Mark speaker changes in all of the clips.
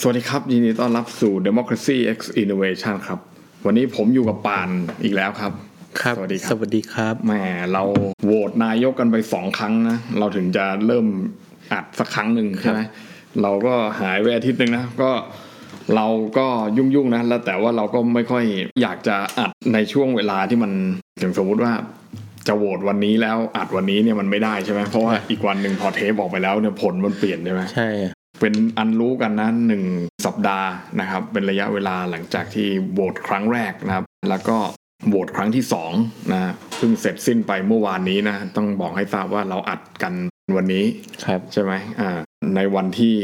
Speaker 1: สวัสดีครับ ยินดีต้อนรับสู่ Democracy X Innovation ครับ วันนี้ผมอยู่กับปานอีกแล้วครับ
Speaker 2: ครับ
Speaker 1: สวัสดีค
Speaker 2: ส
Speaker 1: รับ
Speaker 2: วัสดีครับ
Speaker 1: แหมเราโหวตนายกกันไปสองครั้งนะ เราถึงจะเริ่มอัดสักครั้งหนึ่งใช่ไหมเราก็หายไปอาทิตย์หนึ่งนะ ก็เราก็ยุ่งๆนะ แล้วแต่ว่าเราก็ไม่ค่อยอยากจะอัดในช่วงเวลาที่มันอย่างสมมุติว่า จะโหวตวันนี้แล้วอัดวันนี้เนี่ยมันไม่ได้ใช่ไหมเพราะว่าอีกวันหนึ่งพอเทปออกไปแล้วเนี่ยผลมันเปลี่ยนใช่ไหม
Speaker 2: ใช่
Speaker 1: เป็นอันรู้กันนะหนึ่งสัปดาห์นะครับ เป็นระยะเวลาหลังจากที่โหวตครั้งแรกนะครับ แล้วก็โหวตครั้งที่สองนะเพิ่งเสร็จสิ้นไปเมื่อวานนี้นะ ต้องบอกให้ทราบว่าเราอัดกันวันนี้
Speaker 2: ครับ
Speaker 1: ใช่ไหมอ่า ในวันที่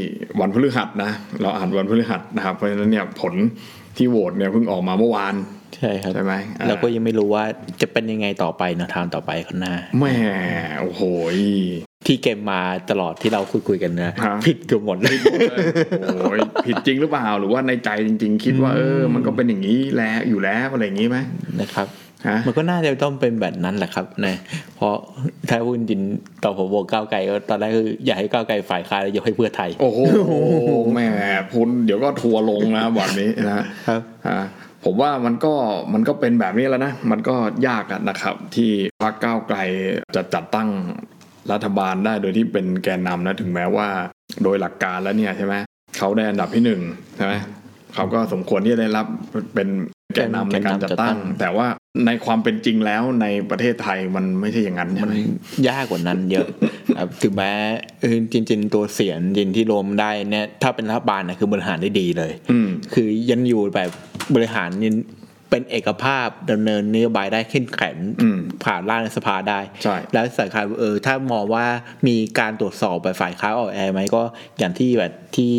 Speaker 1: วันพฤหัสนะ เราอ่านวันพฤหัสนะครับ เพราะฉะนั้นเนี่ยผลที่โหวตเนี่ยเพิ่งออกมาเมื่อวาน
Speaker 2: ใช่ครับ
Speaker 1: ใช่ไหมอ่า
Speaker 2: เราก็ยังไม่รู้ว่าจะเป็นยังไงต่อไปเนอะทางต่อไปข้างหน้า
Speaker 1: แหม่โอ้โห
Speaker 2: ที่เกมมาตลอดที่เราคุยคุยๆกันนะ
Speaker 1: ฮะ
Speaker 2: ผิดเกือบหมดเลย
Speaker 1: โอ้ยผิดจริงหรือเปล่า หรือว่าในใจจริง ๆ คิดว่าเออ มันก็เป็นอย่างนี้แหละอยู่แล้วอะไรอย่างนี้ไหม
Speaker 2: นะครับ
Speaker 1: ฮะ
Speaker 2: มันก็น่าจะต้องเป็นแบบนั้นแหละครับนะเพราะถ้าพูดจริงต่อนผมโหวตก้าวไกลก็ตอนแรกคืออยากให้ก้าวไกลฝ่ายค้านแล้วยกให้เพื่อไทย
Speaker 1: โอ้โหแหม่คุณเดี๋ยวก็ทัวร์ลงนะแบบนี้นะครับ อ่าผมว่ามันก็มันก็เป็นแบบนี้แล้วนะ มันก็ยากอะนะครับ ที่พรรคก้าวไกลจะจัดตั้งรัฐบาลได้โดยที่เป็นแกนนำนะ ถึงแม้ว่าโดยหลักการแล้วเนี่ยใช่ไหมเขาได้อันดับที่หนึ่งใช่ไหมเขาก็สมควรที่จะได้รับเป็นแกนนำในการจัดตั้ง แต่ว่าในความเป็นจริงแล้วในประเทศไทยมันไม่ใช่อย่างนั้นใช่
Speaker 2: มั
Speaker 1: ไห
Speaker 2: น
Speaker 1: ม
Speaker 2: ยากกว่านั้นเยอะ ครับถึงแม้เออจริง ๆ ตัวเสียงจริงที่รวมได้เนี่ยถ้าเป็นรัฐบาลนะคือบริหารได้ดีเลย
Speaker 1: อืม
Speaker 2: คือยังอยู่แบบบริหารยังเป็นเอกภาพดำเนินนโยบายได้เข้มแข็ง
Speaker 1: อืม
Speaker 2: ผ่านร่างในสภาได้
Speaker 1: ใช่
Speaker 2: แล้วสำคัญเออถ้ามองว่ามีการตรวจสอบแบบฝ่ายค้าออกแอร์ไหมก็อย่างที่แบบที่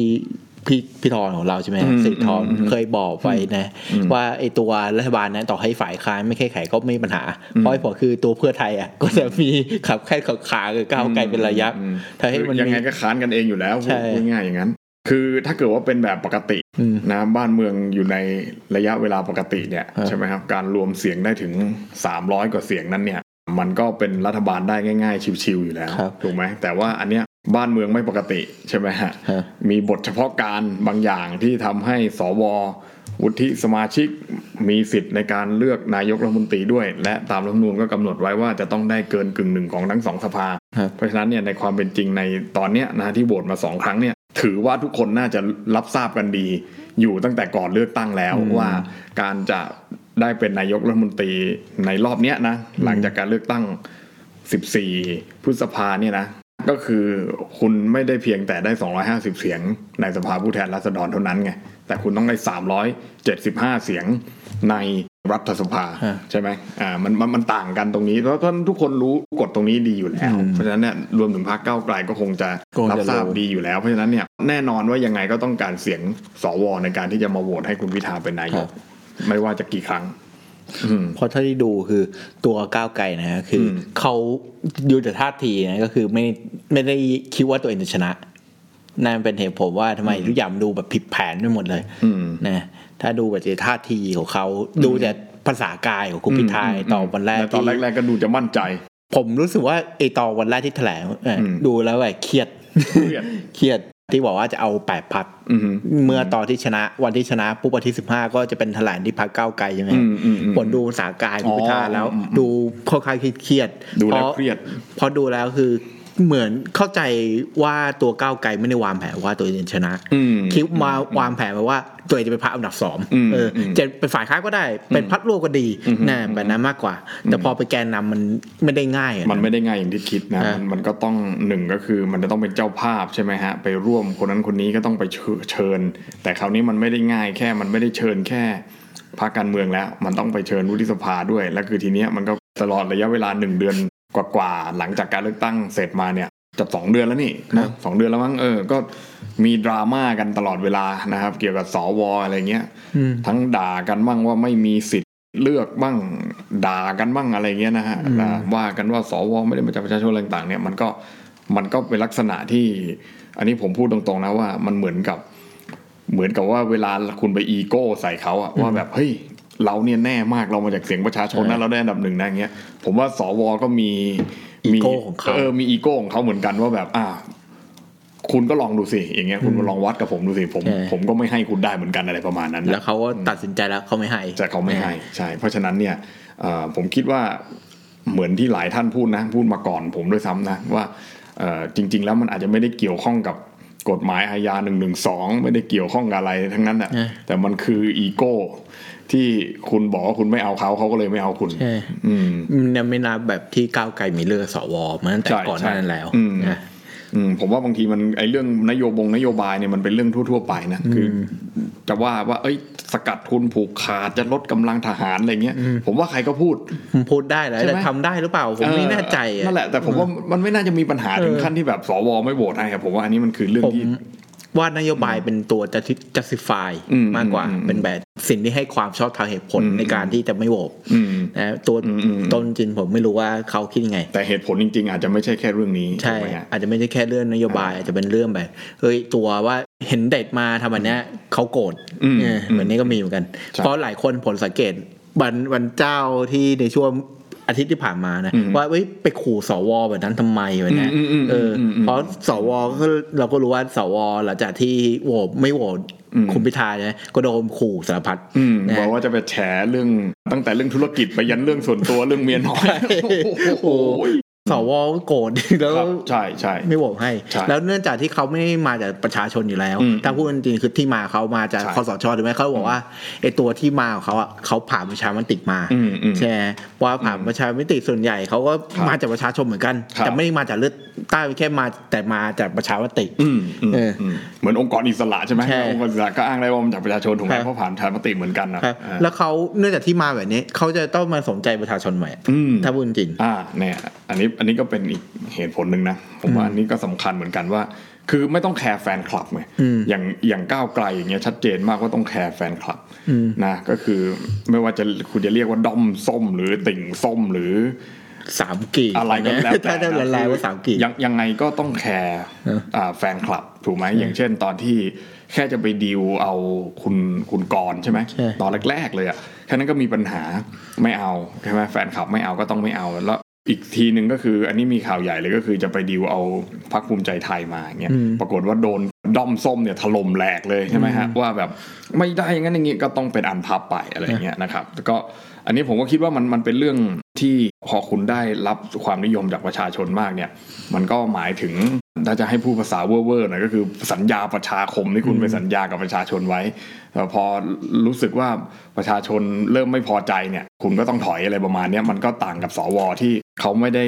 Speaker 2: พี่พี่ธรของเราใช่ไหม
Speaker 1: อืม
Speaker 2: สิริธร
Speaker 1: อืมอืม
Speaker 2: เคยบอกไปนะ
Speaker 1: อืม
Speaker 2: ว่าไอตัวรัฐบาลนะต่อให้ฝ่ายค้านไม่แก้ไขก็ไม่มีปัญหา เพราะไอ้ผลคือตัวเพื่อไทยอ่ะก็จะมีขับแค่ขับขากับก้าวไกลเป็นระยะ
Speaker 1: อืม
Speaker 2: ถ้าให้มัน
Speaker 1: ยัง
Speaker 2: มี
Speaker 1: ไงก็ค้านกันเองอยู่แล้ว
Speaker 2: ใช่
Speaker 1: พูดง่ายๆอย่างนั้น คือถ้าเกิดว่าเป็นแบบปกติ
Speaker 2: อืม
Speaker 1: นะบ้านเมืองอยู่ในระยะเวลาปกติเนี่ย
Speaker 2: ฮะ
Speaker 1: ใช่ไหมครับการรวมเสียงได้ถึง 300 กว่าเสียงนั้นเนี่ยมันก็เป็นรัฐบาลได้ง่ายๆ ชิวๆอยู่แล้วถูกไหมแต่ว่าอันเนี้ยบ้านเมืองไม่ปกติใช่ไหมฮะ
Speaker 2: ฮะ
Speaker 1: มีบทเฉพาะการบางอย่างที่ทำให้สววุฒิสมาชิกมีสิทธิ์ในการเลือกนายกรัฐมนตรีด้วย และตามรัฐธรรมนูญก็กำหนดไว้ว่าจะต้องได้เกินกึ่งหนึ่งของทั้งสองสภา
Speaker 2: ครับ
Speaker 1: เพราะฉะนั้นเนี่ยในความเป็นจริงในตอนเนี้ยนะที่โหวตมาสองครั้งเนี่ยถือว่าทุกคนน่าจะรับทราบกันดี อยู่ตั้งแต่ก่อนเลือกตั้งแล้วว่าการจะได้เป็นนายกรัฐมนตรีในรอบเนี้ยนะหลังจากการเลือกตั้ง 14 พฤษภาเนี่ยนะ ก็คือคุณไม่ได้เพียงแต่ได้ 250 เสียงในสภาผู้แทนราษฎรเท่านั้นไง แต่คุณต้องได้ 375 เสียงในรัฐสภา
Speaker 2: ฮะ
Speaker 1: ใช่ไหมอ่ามันมันมันต่างกันตรงนี้เพราะฉะนั้นทุกคนรู้กฎตรงนี้ดีอยู่แล้ว เพราะฉะนั้นเนี่ยรวมถึงพรรคก้าวไกลก็คงจะ
Speaker 2: คงจะ
Speaker 1: รับทราบ
Speaker 2: รู้
Speaker 1: ดีอยู่แล้ว เพราะฉะนั้นเนี่ยแน่นอนว่ายังไงก็ต้องการเสียงสวในการที่จะมาโหวตให้คุณพิธาเป็นนายก ไม่ว่าจะกี่ครั้ง อืม
Speaker 2: เพราะเท่าที่ดูคือตัวก้าวไกลนะฮะคืออ
Speaker 1: ม
Speaker 2: เขาดูแต่ท่าทีนะก็คือไม่ไม่ได้คิดว่าตัวเองจะชนะนั่นเป็นเหตุผลว่าทำไมทุกอย่างมันดูแบบผิดแผนไปหมดเลย
Speaker 1: อืม
Speaker 2: นะถ้าดูแบบท่าทีของเขาดูแต่ภาษากายของคุณพิธาตอนวันแรก
Speaker 1: ตอนแรก
Speaker 2: ที่
Speaker 1: ๆก็ดูจะมั่นใจ
Speaker 2: ผมรู้สึกว่าไอตอนวันแรกที่แถลงเอ่ออ
Speaker 1: ม
Speaker 2: ดูแล้วแบบเครียด
Speaker 1: เครียด
Speaker 2: เครียดที่บอกว่าจะเอาแปดพัก
Speaker 1: อืม
Speaker 2: เมื่อตอนที่ชนะวันที่ชนะปุ๊บวันที่สิบห้าก็จะเป็นแถลงที่พักก้าวไกลใช่ไหม
Speaker 1: อืมอืมอืม
Speaker 2: ผลดูสากายคุณพิธา
Speaker 1: อ๋อ
Speaker 2: แล้ว
Speaker 1: อืมอืม
Speaker 2: ดูค่อนข้างเครียดๆ
Speaker 1: ดูแล้ว
Speaker 2: พาะ
Speaker 1: เครียด
Speaker 2: เพอดูแล้วคือเหมือนเข้าใจว่าตัวก้าวไกลไม่ได้วางแผนว่าตัวเองชนะ
Speaker 1: อืม
Speaker 2: คิดมาวางแผนไว้ว่าตัวเองจะเป็นพรรคอันดับสอง
Speaker 1: อืม
Speaker 2: เอออ
Speaker 1: ม
Speaker 2: จะเป็นฝ่ายค้านก็ได้ เป็นพรรคร่วมก็ดี
Speaker 1: อืม
Speaker 2: นะ
Speaker 1: อืม
Speaker 2: แบบนั้นมากกว่า แต่พอไปแกนนำมันไม่ได้ง่ายอะ
Speaker 1: มันไม่ได้ง่ายอย่างที่คิดนะ
Speaker 2: อ่ะ
Speaker 1: มันมันก็ต้องหนึ่งก็คือมันจะต้องเป็นเจ้าภาพใช่ไหมฮะ ไปร่วมคนนั้นคนนี้ก็ต้องไปเชิเชิญ แต่คราวนี้มันไม่ได้ง่ายแค่มันไม่ได้เชิญแค่พรรคการเมืองแล้ว มันต้องไปเชิญวุฒิสภาด้วย และคือทีเนี้ยมันก็ตลอดระยะเวลาหนึ่งเดือนกว่าๆหลังจากการเลือกตั้งเสร็จมาเนี่ยจะสองเดือนแล้วนี่นะสองเดือนแล้วมั้งเออก็มีดราม่ากันตลอดเวลานะครับ เกี่ยวกับสวอะไรเงี้ย
Speaker 2: อืม
Speaker 1: ทั้งด่ากันบ้างว่าไม่มีสิทธิ์เลือกบ้างด่ากันบ้างอะไรเงี้ยนะฮะ
Speaker 2: อืม
Speaker 1: แล้วว่ากันว่าสวไม่ได้มาจากประชาชนอะไรต่างๆเนี่ยมันก็มันก็เป็นลักษณะที่ อันนี้ผมพูดตรงๆนะว่ามันเหมือนกับ เหมือนกับว่าเวลาคุณไปอีโก้ใส่เขาอะว่าแบบเฮ้ยเราเนี่ยแน่มากเรามาจากเสียงประชาชนนะเราได้อันดับหนึ่งนะอย่างเงี้ยผมว่าสวก็มี
Speaker 2: อี
Speaker 1: มี
Speaker 2: โก้ของเขา
Speaker 1: เออมีอีโก้ของเขาเหมือนกันว่าแบบอ่า คุณก็ลองดูสิอย่างเงี้ยคุณมาลองวัดกับผมดูสิผม
Speaker 2: ใช่
Speaker 1: ผมก็ไม่ให้คุณได้เหมือนกันอะไรประมาณนั้นนะ
Speaker 2: แล้วเขาก็ตัดสินใจแล้วเขาไม่ให้
Speaker 1: แต่เขาไม่ให้ใช่เพราะฉะนั้นเนี่ยเอ่อผมคิดว่าเหมือนที่หลายท่านพูดนะพูดมาก่อนผมด้วยซ้ำนะว่าเอ่อจริง ๆ แล้วมันอาจจะไม่ได้เกี่ยวข้องกับกฎหมายอาญา1นึไม่ได้เกี่ยวข้องกับอะไรทั้งนั้นแหละ
Speaker 2: ใช่
Speaker 1: แต่มันคืออีโก้ที่คุณบอกว่าคุณไม่เอาเขาเขาก็เลยไม่เอาคุณ
Speaker 2: ใช่
Speaker 1: อืม
Speaker 2: มันไม่นับแบบที่ก้าวไกลมีเลือกสวมาตั้งแต่
Speaker 1: ใช่
Speaker 2: ก่อนหน้านั้นแล้ว
Speaker 1: ใช่อืม
Speaker 2: นะ
Speaker 1: อืมผมว่าบางทีมันไอ้เรื่องนโยบงนโยบายเนี่ยมันเป็นเรื่องทั่ว ๆ ไปนะคือ จะว่าว่าเอ้ย สกัดทุนผูกขาดจะลดกำลังทหารอะไรเงี้ยผมว่าใครก็พูด
Speaker 2: ผมพูดได้แล้ว
Speaker 1: ใช่ไหม
Speaker 2: แต่ทำได้หรือเปล่า ผมไม่แน่ใจ
Speaker 1: เออ
Speaker 2: อะ
Speaker 1: นั่นแหละแต่ผมว่ามันไม่น่าจะมีปัญหา
Speaker 2: เออ
Speaker 1: ถึงขั้นที่แบบสวไม่โหวตให้ครับผมว่าอันนี้มันคือเรื่อง
Speaker 2: ผม
Speaker 1: ที่
Speaker 2: ว่านโยบายเป็นตัวจะ justify
Speaker 1: อืม
Speaker 2: มากกว่า
Speaker 1: อืม
Speaker 2: เป็นแบบสิ่งที่ให้ความชอบทางเหตุผล
Speaker 1: อืม
Speaker 2: ในการที่จะไม่โหวต
Speaker 1: อืม
Speaker 2: นะตัว
Speaker 1: อืมอืม
Speaker 2: ตนจริงผมไม่รู้ว่าเขาคิดยังไง
Speaker 1: แต่เหตุผลจริง ๆ อาจจะไม่ใช่แค่เรื่องนี้
Speaker 2: ใช่
Speaker 1: ถูกไหมฮะ
Speaker 2: อาจจะไม่ใช่แค่เรื่องนโยบายอาจจะเป็นเรื่องแบบเฮ้ยตัวว่าเห็นเด็กมาทำอันเนี้ยเขาโกรธ
Speaker 1: อืม
Speaker 2: เออเหมือนนี้ก็มีเหมือนกัน
Speaker 1: ใช่
Speaker 2: เพราะหลายคนผลสังเกตวันวันเจ้าที่ในช่วงอาทิตย์ที่ผ่านมานะ
Speaker 1: อืม
Speaker 2: ว่าเอ้ยไปขู่สวแบบนั้นทำไมแบบเนี้ย
Speaker 1: อืมอืมอืม
Speaker 2: เอออ
Speaker 1: มอืม
Speaker 2: เพราะสวก็เราก็รู้ว่าสวหลังจากที่โหวตไม่โหวต
Speaker 1: อืม
Speaker 2: คุณพิธาเนี่ยก็โดนขู่สารพัด
Speaker 1: อืม
Speaker 2: นะ
Speaker 1: บอกว่าจะไปแฉเรื่องตั้งแต่เรื่องธุรกิจไปยันเรื่องส่วนตัวเรื่องเมียน้อยโอ้โห
Speaker 2: สวก็โกรธ แล้ว
Speaker 1: ครับใช่ใช่
Speaker 2: ไม่โหวตให้
Speaker 1: ใช่
Speaker 2: แล้วเนื่องจากที่เขาไม่ได้มาจากประชาชนอยู่แล้ว
Speaker 1: อืม
Speaker 2: ถ้าพูดจริงๆคือที่มาเขามาจาก
Speaker 1: ใช่
Speaker 2: คอสชถูกไหมเขาบอกว่าไอ้ตัวที่มาของเขาอ่ะเขาผ่านประชามติมา
Speaker 1: อืมอืม
Speaker 2: ใช่ไหมว่าผ่านประชามติส่วนใหญ่เขาก็
Speaker 1: ครับ
Speaker 2: มาจากประชาชนเหมือนกัน
Speaker 1: ครับ
Speaker 2: แต่ไม่ได้มาจากเลือกใต้งแค่มาแต่มาจากประชามติ
Speaker 1: อืมอืม
Speaker 2: เออ
Speaker 1: อืมเหมือนองค์กรอิสระใช่ไหม
Speaker 2: ใช่
Speaker 1: องค์กรอิสระก็อ้างได้ว่ามันจากประชาชนถูกไหม
Speaker 2: ครับ
Speaker 1: เพราะผ่านประชามติเหมือนกันนะครับ อ่า
Speaker 2: แล้วเขาเนื่องจากที่มาแบบนี้เขาจะต้องมาสนใจประชาชนใหม่
Speaker 1: อืม
Speaker 2: ถ้าพูดจริง
Speaker 1: อ่าเนี่ยอันนี้อันนี้ก็เป็นอีกเหตุผลหนึ่งนะ ผมว่าอันนี้ก็สำคัญเหมือนกันว่า คือไม่ต้องแคร์แฟนคลับไง
Speaker 2: อืม
Speaker 1: อย่างอย่างก้าวไกลอย่างเงี้ยชัดเจนมากว่าต้องแคร์แฟนคลับ
Speaker 2: อืม
Speaker 1: นะก็คือไม่ว่าจะคุณจะเรียกว่าด้อมส้มหรือติ่งส้มหรือ
Speaker 2: สามกี
Speaker 1: อะไรก็แล้วแต่
Speaker 2: ถ้าได้ละลายว่าสามกี
Speaker 1: ยังยังไงก็ต้องแคร์
Speaker 2: เอออ่
Speaker 1: าแฟนคลับถูกไหมอย่างเช่นตอนที่แค่จะไปดีลเอาคุณคุณกรณ์ใช่ไหม
Speaker 2: ใช่
Speaker 1: ตอนแรก ๆ เลยอะแค่นั้นก็มีปัญหาไม่เอาใช่ไหมแฟนคลับไม่เอาก็ต้องไม่เอาแล้ว อีกทีหนึ่งก็คืออันนี้มีข่าวใหญ่เลยก็คือจะไปดีลเอาพักภูมิใจไทยมาอย่างเงี้ย
Speaker 2: อืม
Speaker 1: ปรากฏว่าโดนด้อมส้มเนี่ยถล่มแหลกเลยใช่ไหมฮะว่าแบบไม่ได้อย่างนั้นอย่างนี้ก็ต้องเป็นอันพับไปอะไรอย่างเงี้ยนะครับแล้วก็อันนี้ผมก็คิดว่ามันมันเป็นเรื่องที่พอคุณได้รับความนิยมจากประชาชนมากเนี่ย มันก็หมายถึงถ้าจะให้พูดภาษาเว่อร์ๆหน่อยก็คือสัญญาประชาคมที่คุณไปสัญญากับประชาชนไว้แต่พอรู้สึกว่าประชาชนเริ่มไม่พอใจเนี่ย คุณก็ต้องถอยอะไรประมาณเนี้ยมันก็ต่างกับสวที่เขาไม่ได้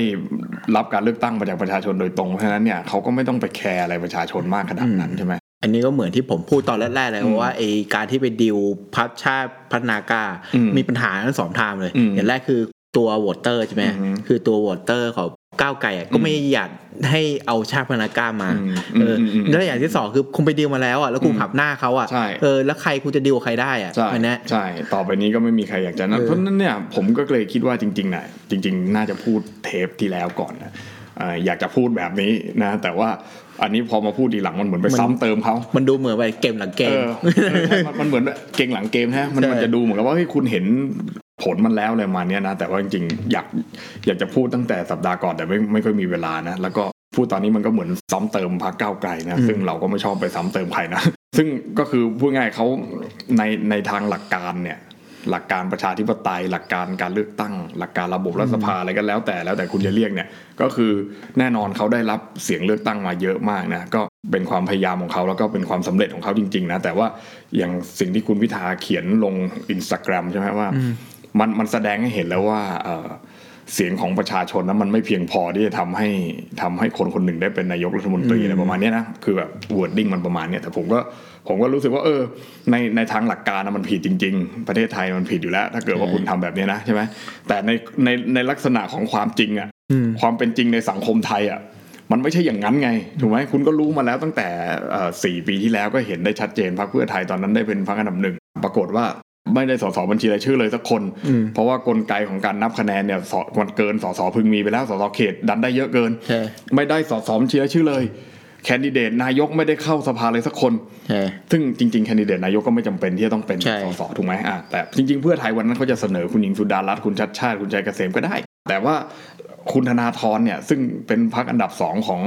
Speaker 1: รับการเลือกตั้งมาจากประชาชนโดยตรงเพราะฉะนั้นเนี่ยเขาก็ไม่ต้องไปแคร์อะไรประชาชนมากขนาดนั้น
Speaker 2: อืม
Speaker 1: ใช่ไหม
Speaker 2: อันนี้ก็เหมือนที่ผมพูดตอนแรกๆเลย
Speaker 1: อืม
Speaker 2: ว่าไอการที่ไปดิวพัฒชาติพัฒนากา
Speaker 1: อืม
Speaker 2: มีปัญหาทั้งสองทางเลย
Speaker 1: อืม
Speaker 2: อย่างแรกคือตัววอเตอร์ใช่ไหม
Speaker 1: อือฮึ
Speaker 2: คือตัววอเตอร์ของก้าวไก่ก็ไม่อยากให้เอาชาติพัฒนากามา
Speaker 1: อืม
Speaker 2: เอออ
Speaker 1: มอืม
Speaker 2: แล้วอย่างที่สองคือคุณไปดิวมาแล้วอ่ะแล้วคุณ
Speaker 1: อืม
Speaker 2: ขับหน้าเขาอ่ะ
Speaker 1: ใช่
Speaker 2: เออแล้วใครคุณจะดิวกับใครได้อ่ะ
Speaker 1: ใช่
Speaker 2: อันเนี้ย
Speaker 1: ใช่ต่อไปนี้ก็ไม่มีใครอยากจะนั่น
Speaker 2: เออ
Speaker 1: เพราะฉะนั้นเนี่ยผมก็เลยคิดว่าจริงๆนะจริง ๆ น่าจะพูดเทปที่แล้วก่อนนะเอ่ออยากจะพูดแบบนี้นะ แต่ว่าอันนี้พอมาพูดทีหลังมันเหมือนไปซ้ำเติมเขา
Speaker 2: มันดูเหมือนไปเกมหลังเก
Speaker 1: เอ
Speaker 2: ม
Speaker 1: อใช่มันมันเหมือนเก่งหลังเกมฮะมัน
Speaker 2: ใช่
Speaker 1: มันจะดูเหมือนกับว่าเฮ้ยคุณเห็นผลมันแล้วอะไรประมาณเนี้ยนะ แต่ว่าจริงๆอยากอยากจะพูดตั้งแต่สัปดาห์ก่อนแต่ไม่ไม่ค่อยมีเวลานะ แล้วก็พูดตอนนี้มันก็เหมือนซ้ำเติมพักก้าวไกลนะ ซึ่งเราก็ไม่ชอบไปซ้ำเติมใครนะ ซึ่งก็คือพูดง่ายเขาในในทางหลักการเนี่ย หลักการประชาธิปไตย หลักการการเลือกตั้ง หลักการระบบรัฐสภาอะไรก็แล้วแต่แล้วแต่คุณจะเรียกเนี่ยก็คือแน่นอนเขาได้รับเสียงเลือกตั้งมาเยอะมากนะก็เป็นความพยายามของเขาแล้วก็เป็นความสำเร็จของเขาจริง ๆ นะ แต่ว่าอย่างสิ่งที่คุณพิธาเขียนลงอินสตาแกรมใช่ไหมว่า มันมันแสดงให้เห็นแล้วว่าเอ่อเสียงของประชาชนนั้นมันไม่เพียงพอที่จะทำให้ทำให้คนคนหนึ่งได้เป็นนายกรัฐมนตรีอะไรประมาณเนี้ยนะคือแบบวอร์ดดิ้งมันประมาณเนี้ยแต่ผมก็ผมก็รู้สึกว่าเออในในทางหลักการนะมันผิดจริง ๆ ประเทศไทยมันผิดอยู่แล้ว ถ้าเกิดว่า
Speaker 2: ใช่
Speaker 1: คุณทำแบบเนี้ยนะใช่ไหมแต่ในในในลักษณะของความจริงอะ
Speaker 2: ม
Speaker 1: ความเป็นจริงในสังคมไทยอ่ะมันไม่ใช่อย่างนั้นไงถูกไหมคุณก็รู้มาแล้วตั้งแต่เอ่อสี่ปีที่แล้วก็เห็นได้ชัดเจนพรรคเพื่อไทยตอนนั้นได้เป็นพรรคอันดับหนึ่งปรากฏว่าไม่ได้สสบัญชีรายชื่อเลยสักคน
Speaker 2: อืม
Speaker 1: เพราะว่ากลไกของการนับคะแนนเนี่ยสมันเกินสสพึงมีไปแล้วสสเขตดันได้เยอะเกิน
Speaker 2: ใช่
Speaker 1: ไม่ได้สสบัญชีรายชื่อเลย แคนดิเดตนายกไม่ได้เข้าสภาเลยสักคน
Speaker 2: ใช่
Speaker 1: ซึ่งจริงๆแคนดิเดตนายกก็ไม่จำเป็นที่จะต้องเป็น
Speaker 2: ใช่
Speaker 1: สสถูกไหมอ่ะแต่จริงๆเพื่อไทยวันนั้นเขาจะเสนอคุณหญิงสุดารัตน์คุณชัดชาติคุณชัยเกษมก็ได้ แต่ว่าคุณธนาธรเนี่ยซึ่งเป็นพรรคอันดับสองของ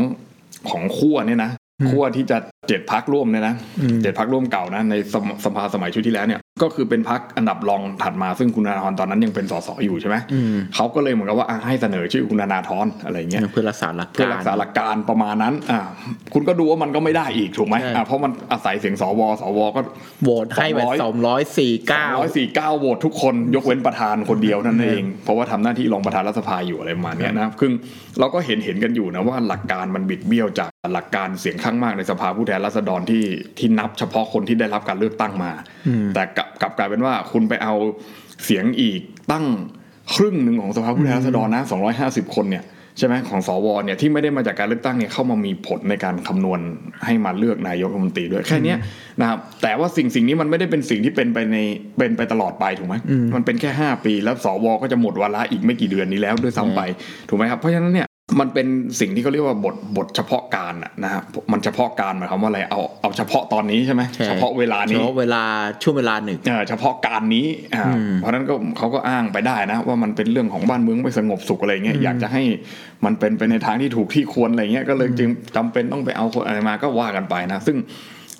Speaker 1: ของขั้วเนี่ยนะ ขั้วที่จะเจ็ดพักร่วมเนี่ยนะ
Speaker 2: อืม
Speaker 1: เจ็ดพักร่วมเก่านะในสมสภาสมัยชุดที่แล้วเนี่ยก็คือเป็นพักอันดับรองถัดมาซึ่งคุณธนาธรตอนนั้นยังเป็นสสอยู่ใช่ไหม
Speaker 2: อืม
Speaker 1: เขาก็เลยเหมือนกับว่าอ่ะให้เสนอชื่อคุณธนาธรอะไรเงี้ย
Speaker 2: เพื่อรักษาหลัก
Speaker 1: เพื่อรักษาห
Speaker 2: ก
Speaker 1: ลักการประมาณนั้น อ่า คุณก็ดูว่ามันก็ไม่ได้อีกถูกไหม
Speaker 2: ใช่
Speaker 1: อ่าเพราะมันอาศัยเสียงสว สว ก็
Speaker 2: โหวตให้แบบ
Speaker 1: 200
Speaker 2: สองร้อยสี่เก้า
Speaker 1: ร้อยสี่เก้าโหวตทุกคนยกเว้นประธานคนเดียวนั่นเอง เพราะว่าทำหน้าที่รองประธานรัฐสภาอยู่อะไรประมาณเนี้ยนะครับซึ่งเราก็เห็นเห็นกันอยู่นะว่าหลักการมันบิดเบี้ยวจากหลักการเสียงข้างมากในสภาผู้แทนราษฎรที่ที่นับเฉพาะคนที่ได้รับการเลือกตั้งมา แต่กลับกลับกลายเป็นว่าคุณไปเอาเสียงอีกตั้งครึ่งหนึ่งของสภาผู้แทนราษฎรนะ250 คนเนี่ยใช่ไหมของสวเนี่ยที่ไม่ได้มาจากการเลือกตั้งเนี่ยเข้ามามีผลในการคำนวณให้มาเลือกนายกรัฐมนตรีด้วยแค่เนี้ยนะครับแต่ว่าสิ่งสิ่งนี้มันไม่ได้เป็นสิ่งที่เป็นไปในเป็นไปตลอดไปถูกไหมมันเป็นแค่ 5 ปี แล้วสวก็จะหมดวาระอีกไม่กี่เดือนนี้แล้วด้วยซ้ำไปถูกไหมครับเพราะฉะนั้นเนี่ยมันเป็นสิ่งที่เขาเรียกว่าบทบทเฉพาะการอะนะครับมันเฉพาะการหมายความว่าอะไรเอาเอาเฉพาะตอนนี้ใช่ไหมเฉพาะเวลา
Speaker 2: เฉ
Speaker 1: นี้
Speaker 2: พาะเวลาช่วงเวลาหนึ่ง
Speaker 1: เอ่อเฉพาะการนี้อ่า
Speaker 2: อืม
Speaker 1: เพราะฉะนั้นก็เขาก็อ้างไปได้นะ ว่ามันเป็นเรื่องของบ้านเมืองไม่สงบสุขอะไรเงี้ยอยากจะให้มันเป็นไปในทางที่ถูกที่ควรอะไรเงี้ยก็เลยจึงจำเป็นต้องไปเอาคนอะไรมาก็ว่ากันไปนะ ซึ่ง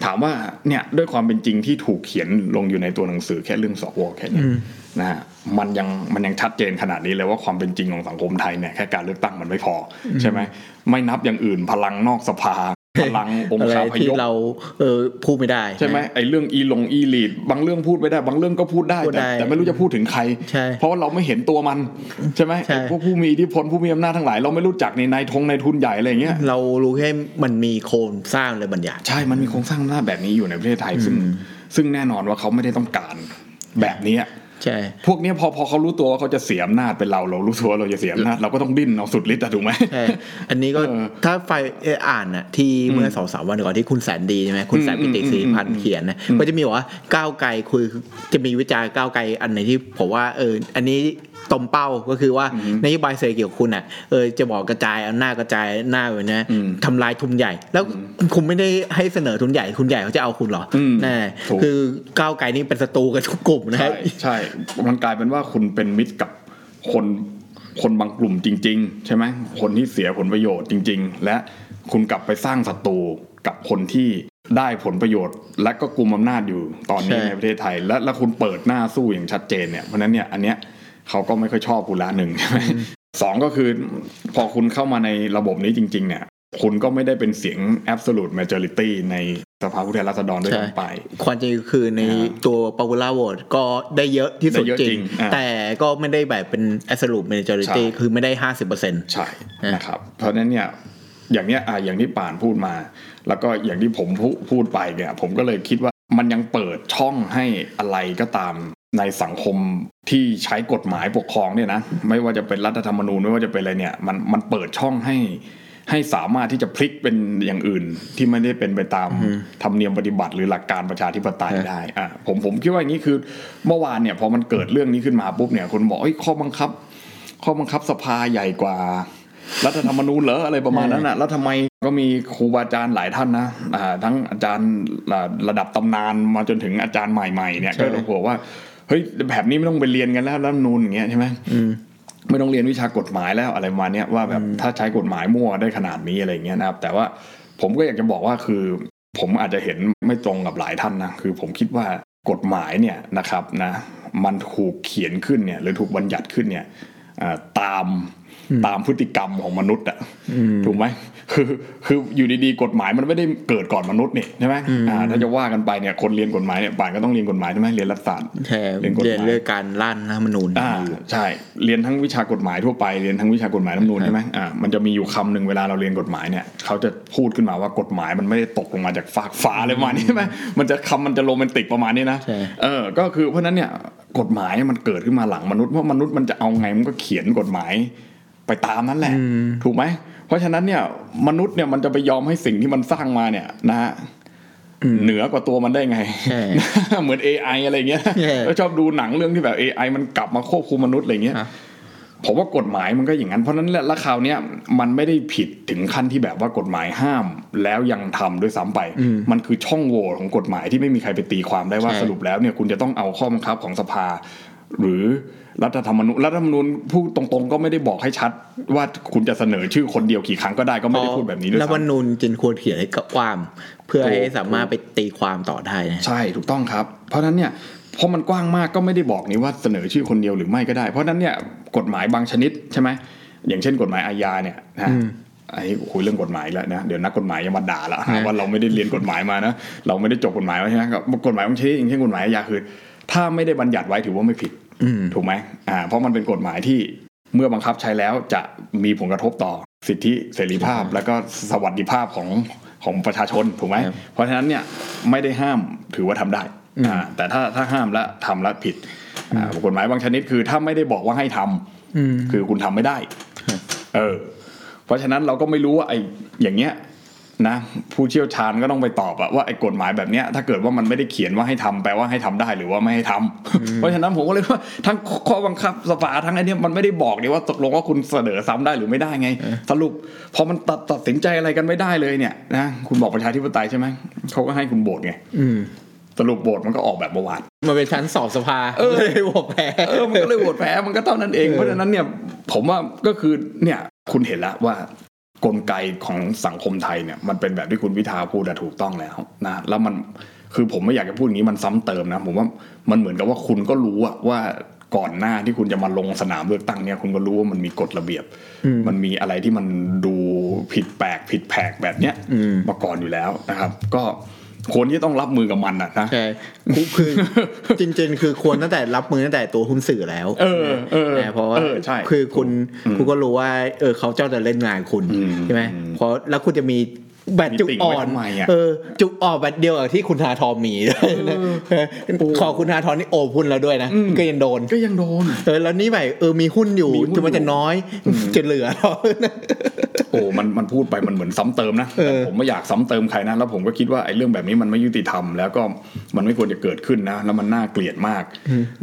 Speaker 1: ถามว่าเนี่ยด้วยความเป็นจริงที่ถูกเขียนลงอยู่ในตัวหนังสือแค่เรื่องสวแค่เนี้ย
Speaker 2: อืม
Speaker 1: นะฮะมันยังมันยังชัดเจนขนาดนี้เลยว่าความเป็นจริงของสังคมไทยเนี่ยแค่การเลือกตั้งมันไม่พออใช่ไหมไม่นับอย่างอื่นพลังนอกสภาพลังอง
Speaker 2: อะไร
Speaker 1: คาพ
Speaker 2: ที่
Speaker 1: ยพ
Speaker 2: เราเออพูดไม่ได้
Speaker 1: ใช่ไหมไอ้เรื่องอีหลงอีลีดบางเรื่องพูดไม่ได้ บางเรื่องก็พูดได้
Speaker 2: พูด
Speaker 1: แต่
Speaker 2: ได้
Speaker 1: แต่ไม่รู้จะพูดถึงใคร
Speaker 2: ใช่
Speaker 1: เพราะว่าเราไม่เห็นตัวมัน ใช่ไหม
Speaker 2: ใช่
Speaker 1: ไอ้พวกผู้มีอิทธิพลผู้มีอำนาจทั้งหลายเราไม่รู้จักในนายทงนายทุนใหญ่อะไรอย่างเงี้ย
Speaker 2: เรารู้แค่มันมีโครงสร้างเลยบรรยาย
Speaker 1: ใช่มันมีโครงสร้างอำนาจแบบนี้อยู่ในประเทศไทยซึ่ง ซึ่งแน่นอนว่าเขาไม่ได้ต้องการแบบเนี้ย
Speaker 2: ใช่
Speaker 1: พวกเนี้ยพอพอเขารู้ตัวว่าเขาจะเสียอำนาจเป็นเราเรารู้ตัวว่าเราจะเสียอำนาจเราก็ต้องดิ้นเอาสุดฤทธิ์อะถูกไหม
Speaker 2: ใช่ อันนี้ก็
Speaker 1: เออ
Speaker 2: ถ้าไฟเอ่ออ่านน่ะที่เมื่อสองสามวันก่อนที่คุณแสนดีใช่ไหมคุณแสนปิติศรีพันธ์เขียนนะก็จะมีบอกว่าก้าวไกลคุยจะมีวิจารณ์ก้าวไกลอันไหนที่ผมว่าเอออันนี้ตมเป้าก็คือว่านโยบายเศรษฐกิจของคุณอ่ะเออจะบอกกระจายเอาหน้ากระจายหน้าไปนะ
Speaker 1: อืม
Speaker 2: ทำลายทุนใหญ่ แล้วคุณไม่ได้ให้เสนอทุนใหญ่ทุนใหญ่เขาจะเอาคุณเหรอ
Speaker 1: อืม
Speaker 2: แน่
Speaker 1: ถูก
Speaker 2: คือก้าวไกลนี่เป็นศัตรูกับทุกกลุ่มนะ
Speaker 1: ใช่ใช่ มันกลายเป็นว่าคุณเป็นมิตรกับคนคนบางกลุ่มจริง ๆ ใช่ไหมคนที่เสียผลประโยชน์จริง ๆ และคุณกลับไปสร้างศัตรูกับคนที่ได้ผลประโยชน์ และก็กลุ่มอำนาจอยู่ตอนนี้ในประเทศไทย และและคุณเปิดหน้าสู้อย่างชัดเจนเนี่ยเพราะฉะนั้นเนี่ยอันเนี้ยเขาก็ไม่ค่อยชอบคุณละหนึ่งใช่ไหมสองก็คือพอคุณเข้ามาในระบบนี้จริง ๆ เนี่ย คุณก็ไม่ได้เป็นเสียง absolute majority ในสภาผู้แทนราษฎรด้วยซ้ำไป
Speaker 2: ความจริงคือในตัวปา p ูล่าโหวตก็ได้เยอะที่สุด
Speaker 1: ได้เยอะ
Speaker 2: จริ
Speaker 1: จริ
Speaker 2: ง
Speaker 1: งอ่า
Speaker 2: แต่ก็ไม่ได้แบบเป็น absolute majority
Speaker 1: ใช่
Speaker 2: คือไม่ได้ห้าสิบเปอร์เซ็นต์
Speaker 1: ใช่
Speaker 2: อ่ะ
Speaker 1: นะครับ เพราะฉะนั้นเนี่ยอย่างเนี้ยอ่ะอย่างที่ป่านพูดมา แล้วก็อย่างที่ผมพูพูดไปเนี่ย ผมก็เลยคิดว่ามันยังเปิดช่องให้อะไรก็ตามในสังคมที่ใช้กฎหมายปกครองเนี่ยนะ ไม่ว่าจะเป็นรัฐธรรมนูญไม่ว่าจะเป็นอะไรเนี่ย มันมันเปิดช่องให้ ให้สามารถที่จะพลิกเป็นอย่างอื่นที่ไม่ได้เป็นไปตามธรรมเนียมปฏิบัติหรือหลักการประชาธิปไตยได้อ่ะผมผมคิดว่าอย่างนี้คือเมื่อวานเนี่ยพอมันเกิดเรื่องนี้ขึ้นมาปุ๊บเนี่ยคนบอกเอ้ยข้อบังคับ ข้อบังคับสภาใหญ่กว่า รัฐธรรมนูญเหรออะไรประมาณนั้นน่ะแล้วทำไมก็มีครูบาอาจารย์หลายท่านนะอ่าทั้งอาจารย์ระระดับตำนานมาจนถึงอาจารย์ใหม่ๆเนี่ย
Speaker 2: ใช่
Speaker 1: ก็บอกว่าเฮ้ยแบบนี้ไม่ต้องไปเรียนกันแล้วรัฐธรรมนูญอย่างเงี้ยใช่ไหม ไม่ต้องเรียนวิชากฎหมายแล้วอะไรประมาณเนี้ยว่าแบบถ้าใช้กฎหมายมั่วได้ขนาดนี้อะไรเงี้ยนะครับ แต่ว่าผมก็อยากจะบอกว่าคือ ผมอาจจะเห็นไม่ตรงกับหลายท่านนะคือผมคิดว่ากฎหมายเนี่ยนะครับนะมันถูกเขียนขึ้นเนี่ยหรือถูกบัญญัติขึ้นเนี่ยอ่าตามตามพฤติกรรมของมนุษย์อะ ถูกไหมคือคืออยู่ดีๆ กฎหมายมันไม่ได้เกิดก่อนมนุษย์นี่ใช่ไหมอ่าถ้าจะว่ากันไปเนี่ยคนเรียนกฎหมายเนี่ยป่านก็ต้องเรียนกฎหมายใช่ไหมเรียนรัฐศาสตร์
Speaker 2: ใช่
Speaker 1: เป็นกฎหมาย
Speaker 2: เรียนเรื่องการร่างรัฐธรรมนูญ
Speaker 1: อ่าใช่เรียนทั้งวิชากฎหมายทั่วไปเรียนทั้งวิชากฎหมายรัฐธรรมนูญใช่ไหมอ่ามันจะมีอยู่คำหนึ่งเวลาเราเรียนกฎหมายเนี่ยเขาจะพูดขึ้นมาว่ากฎหมายมันไม่ได้ตกลงมาจากฟากฟ้าอะไรประมาณนี้ใช่ไหมมันจะคำมันจะโรแมนติกประมาณนี้นะ
Speaker 2: ใช่
Speaker 1: เออก็คือเพราะฉะนั้นเนี่ยกฎหมายมันเกิดขึ้นมาหลังมนุษย์เพราะมนุษย์มันจะเอาไงมันก็เขียนกฎหมายไปตามนั้นแหละ ถูกไหมเพราะฉะนั้นเนี่ยมนุษย์เนี่ยมันจะไปยอมให้สิ่งที่มันสร้างมาเนี่ยนะฮะเหนือกว่าตัวมันได้ไง
Speaker 2: ใช่
Speaker 1: เหมือน AI อะไรเงี้ย
Speaker 2: ใช่
Speaker 1: แล้วชอบดูหนังเรื่องที่แบบ AI มันกลับมาควบคุมมนุษย์อะไรเงี้ย
Speaker 2: อ่ะ
Speaker 1: ผมว่ากฎหมายมันก็อย่างนั้น เพราะฉะนั้นแหละและคราวเนี้ยมันไม่ได้ผิดถึงขั้นที่แบบว่ากฎหมายห้าม แล้วยังทำด้วยซ้ำไป มันคือช่องโหว่ของกฎหมายที่ไม่มีใครไปตีความได้ว่า
Speaker 2: ใช่
Speaker 1: สรุปแล้วเนี่ยคุณจะต้องเอาข้อบังคับของสภา หรือรัฐธรรมนูญรัฐธรรมนูญพูดตรงๆ ก็ไม่ได้บอกให้ชัด ว่าคุณจะเสนอชื่อคนเดียวกี่ครั้งก็ได้ก็ไม่ได้พูดแบบนี้ด้วย
Speaker 2: รัฐธรรม
Speaker 1: ซ้ำ
Speaker 2: นูญจึงควรเขียนให้กว้างเพื่อ
Speaker 1: ถูก
Speaker 2: ให้สามารถไปตีความต่อได้นะ
Speaker 1: ใช่ถูกต้องครับ เพราะฉะนั้นเนี่ยเพราะมันกว้างมากก็ไม่ได้บอกนี่ว่าเสนอชื่อคนเดียวหรือไม่ก็ได้ เพราะฉะนั้นเนี่ยกฎหมายบางชนิดใช่ไหมอย่างเช่นกฎหมายอาญาเนี่ยนะไอ้คุยเรื่องกฎหมายอีกแล้วนะเดี๋ยวนักกฎหมายยังมาด่าละ
Speaker 2: นะ
Speaker 1: ว่าเราไม่ได้เรียนกฎหมายมานะเราไม่ได้จบกฎหมายมาใช่ไหมครับกฎหมายบางชนิดอย่างเช่นกฎหมายอาญาคือถ้าไม่ได้บัญญัติไว้ถือว่าไม่ผิด
Speaker 2: อืม
Speaker 1: ถูกไหมอ่า เพราะมันเป็นกฎหมายที่เมื่อบังคับใช้แล้วจะมีผลกระทบต่อสิทธิเสรีภาพ แล้วก็สวัสดิภาพของของประชาชนถูกไหม
Speaker 2: ครับ
Speaker 1: เพราะฉะนั้นเนี่ยไม่ได้ห้ามถือว่าทำได้
Speaker 2: อืม
Speaker 1: อ่าแต่ถ้าถ้าห้ามและทำและผิดอ่ากฎหมายบางชนิดคือถ้าไม่ได้บอกว่าให้ทำ
Speaker 2: อืม
Speaker 1: คือคุณทำไม่ได้
Speaker 2: ครับ
Speaker 1: เออ เพราะฉะนั้นเราก็ไม่รู้ว่าไอ้อย่างเงี้ยนะผู้เชี่ยวชาญก็ต้องไปตอบอะว่าไอ้กฎหมายแบบเนี้ยถ้าเกิดว่ามันไม่ได้เขียนว่าให้ทำแปลว่าให้ทำได้หรือว่าไม่ให้ทำ เพราะฉะนั้นผมก็เลยว่าทั้งข้อบังคับสภาทั้งไอ้เนี่ยมันไม่ได้บอกเลยว่าตกลงว่าคุณเสนอซ้ำได้หรือไม่ได้ไง สรุปพอมันตัดตัดสินใจอะไรกันไม่ได้เลยเนี่ยนะคุณบอกประชาธิปไตยใช่ไหมเขาก็ให้คุณโบทไง
Speaker 2: อืม
Speaker 1: สรุปโบทมันก็ออกแบบเมื่อวาน
Speaker 2: มันเป็นชั้นสอบสภา
Speaker 1: เออ
Speaker 2: ไม่ได้โหวตแพ้
Speaker 1: เออมันก็เลยโหวตแพ้มันก็เท่านั้นเอง
Speaker 2: เออ
Speaker 1: เพราะฉะนั้นเนี่ยผมว่าก็คือเนี่ยคุณเห็นแล้วว่า กลไกของสังคมไทยเนี่ยมันเป็นแบบที่คุณวิทาพูดอะถูกต้องแล้วนะแล้วมันคือผมไม่อยากจะพูดอย่างนี้มันซ้ำเติมนะผมว่ามันเหมือนกับว่าคุณก็รู้อะว่าก่อนหน้าที่คุณจะมาลงสนามเลือกตั้งเนี่ยคุณก็รู้ว่ามันมีกฎระเบียบ มันมีอะไรที่มันดูผิดแปลกผิดแผกแบบเนี้ย
Speaker 2: อืม
Speaker 1: มาก่อนอยู่แล้วนะครับ ก็คนที่ต้องรับมือกับมันอะนะ
Speaker 2: ใช่คือคือ จริงๆ คือควรตั้งแต่รับมือตั้งแต่ตัวหุ้นสื่อแล้ว
Speaker 1: เออเออ
Speaker 2: นะเพราะว่า
Speaker 1: เออใช่
Speaker 2: คือคุณ
Speaker 1: อืม
Speaker 2: คุณก็รู้ว่าเออเขาเจ้าจะเล่นงานคุณ
Speaker 1: อืม
Speaker 2: ใช่ไหม
Speaker 1: อืม
Speaker 2: เพราะแล้วคุณจะมีแบตจุกอ่อน
Speaker 1: มีติ่งไว้ทำไมอะ
Speaker 2: เออจุกอ่อนแบตเดียวกับที่คุณธนาทอ มีเออขอคุณธนาทอนี่โอบหุ้นแล้วด้วยนะ
Speaker 1: อืม
Speaker 2: ก็ยังโดน
Speaker 1: ก็ยังโดน
Speaker 2: เออแล้วนี่ใหม่เออมีหุ้นอยู่
Speaker 1: มีหุ้น
Speaker 2: จะมันจะ
Speaker 1: อยู่
Speaker 2: น้อยจะเหลือ
Speaker 1: โอ้ มัน มันพูดไปมันเหมือนซ้ำเติมนะ
Speaker 2: เออ
Speaker 1: แต่ผมไม่อยากซ้ำเติมใครนะ แล้วผมก็คิดว่าไอ้เรื่องแบบนี้มันไม่ยุติธรรม แล้วก็มันไม่ควรจะเกิดขึ้นนะ แล้วมันน่าเกลียดมาก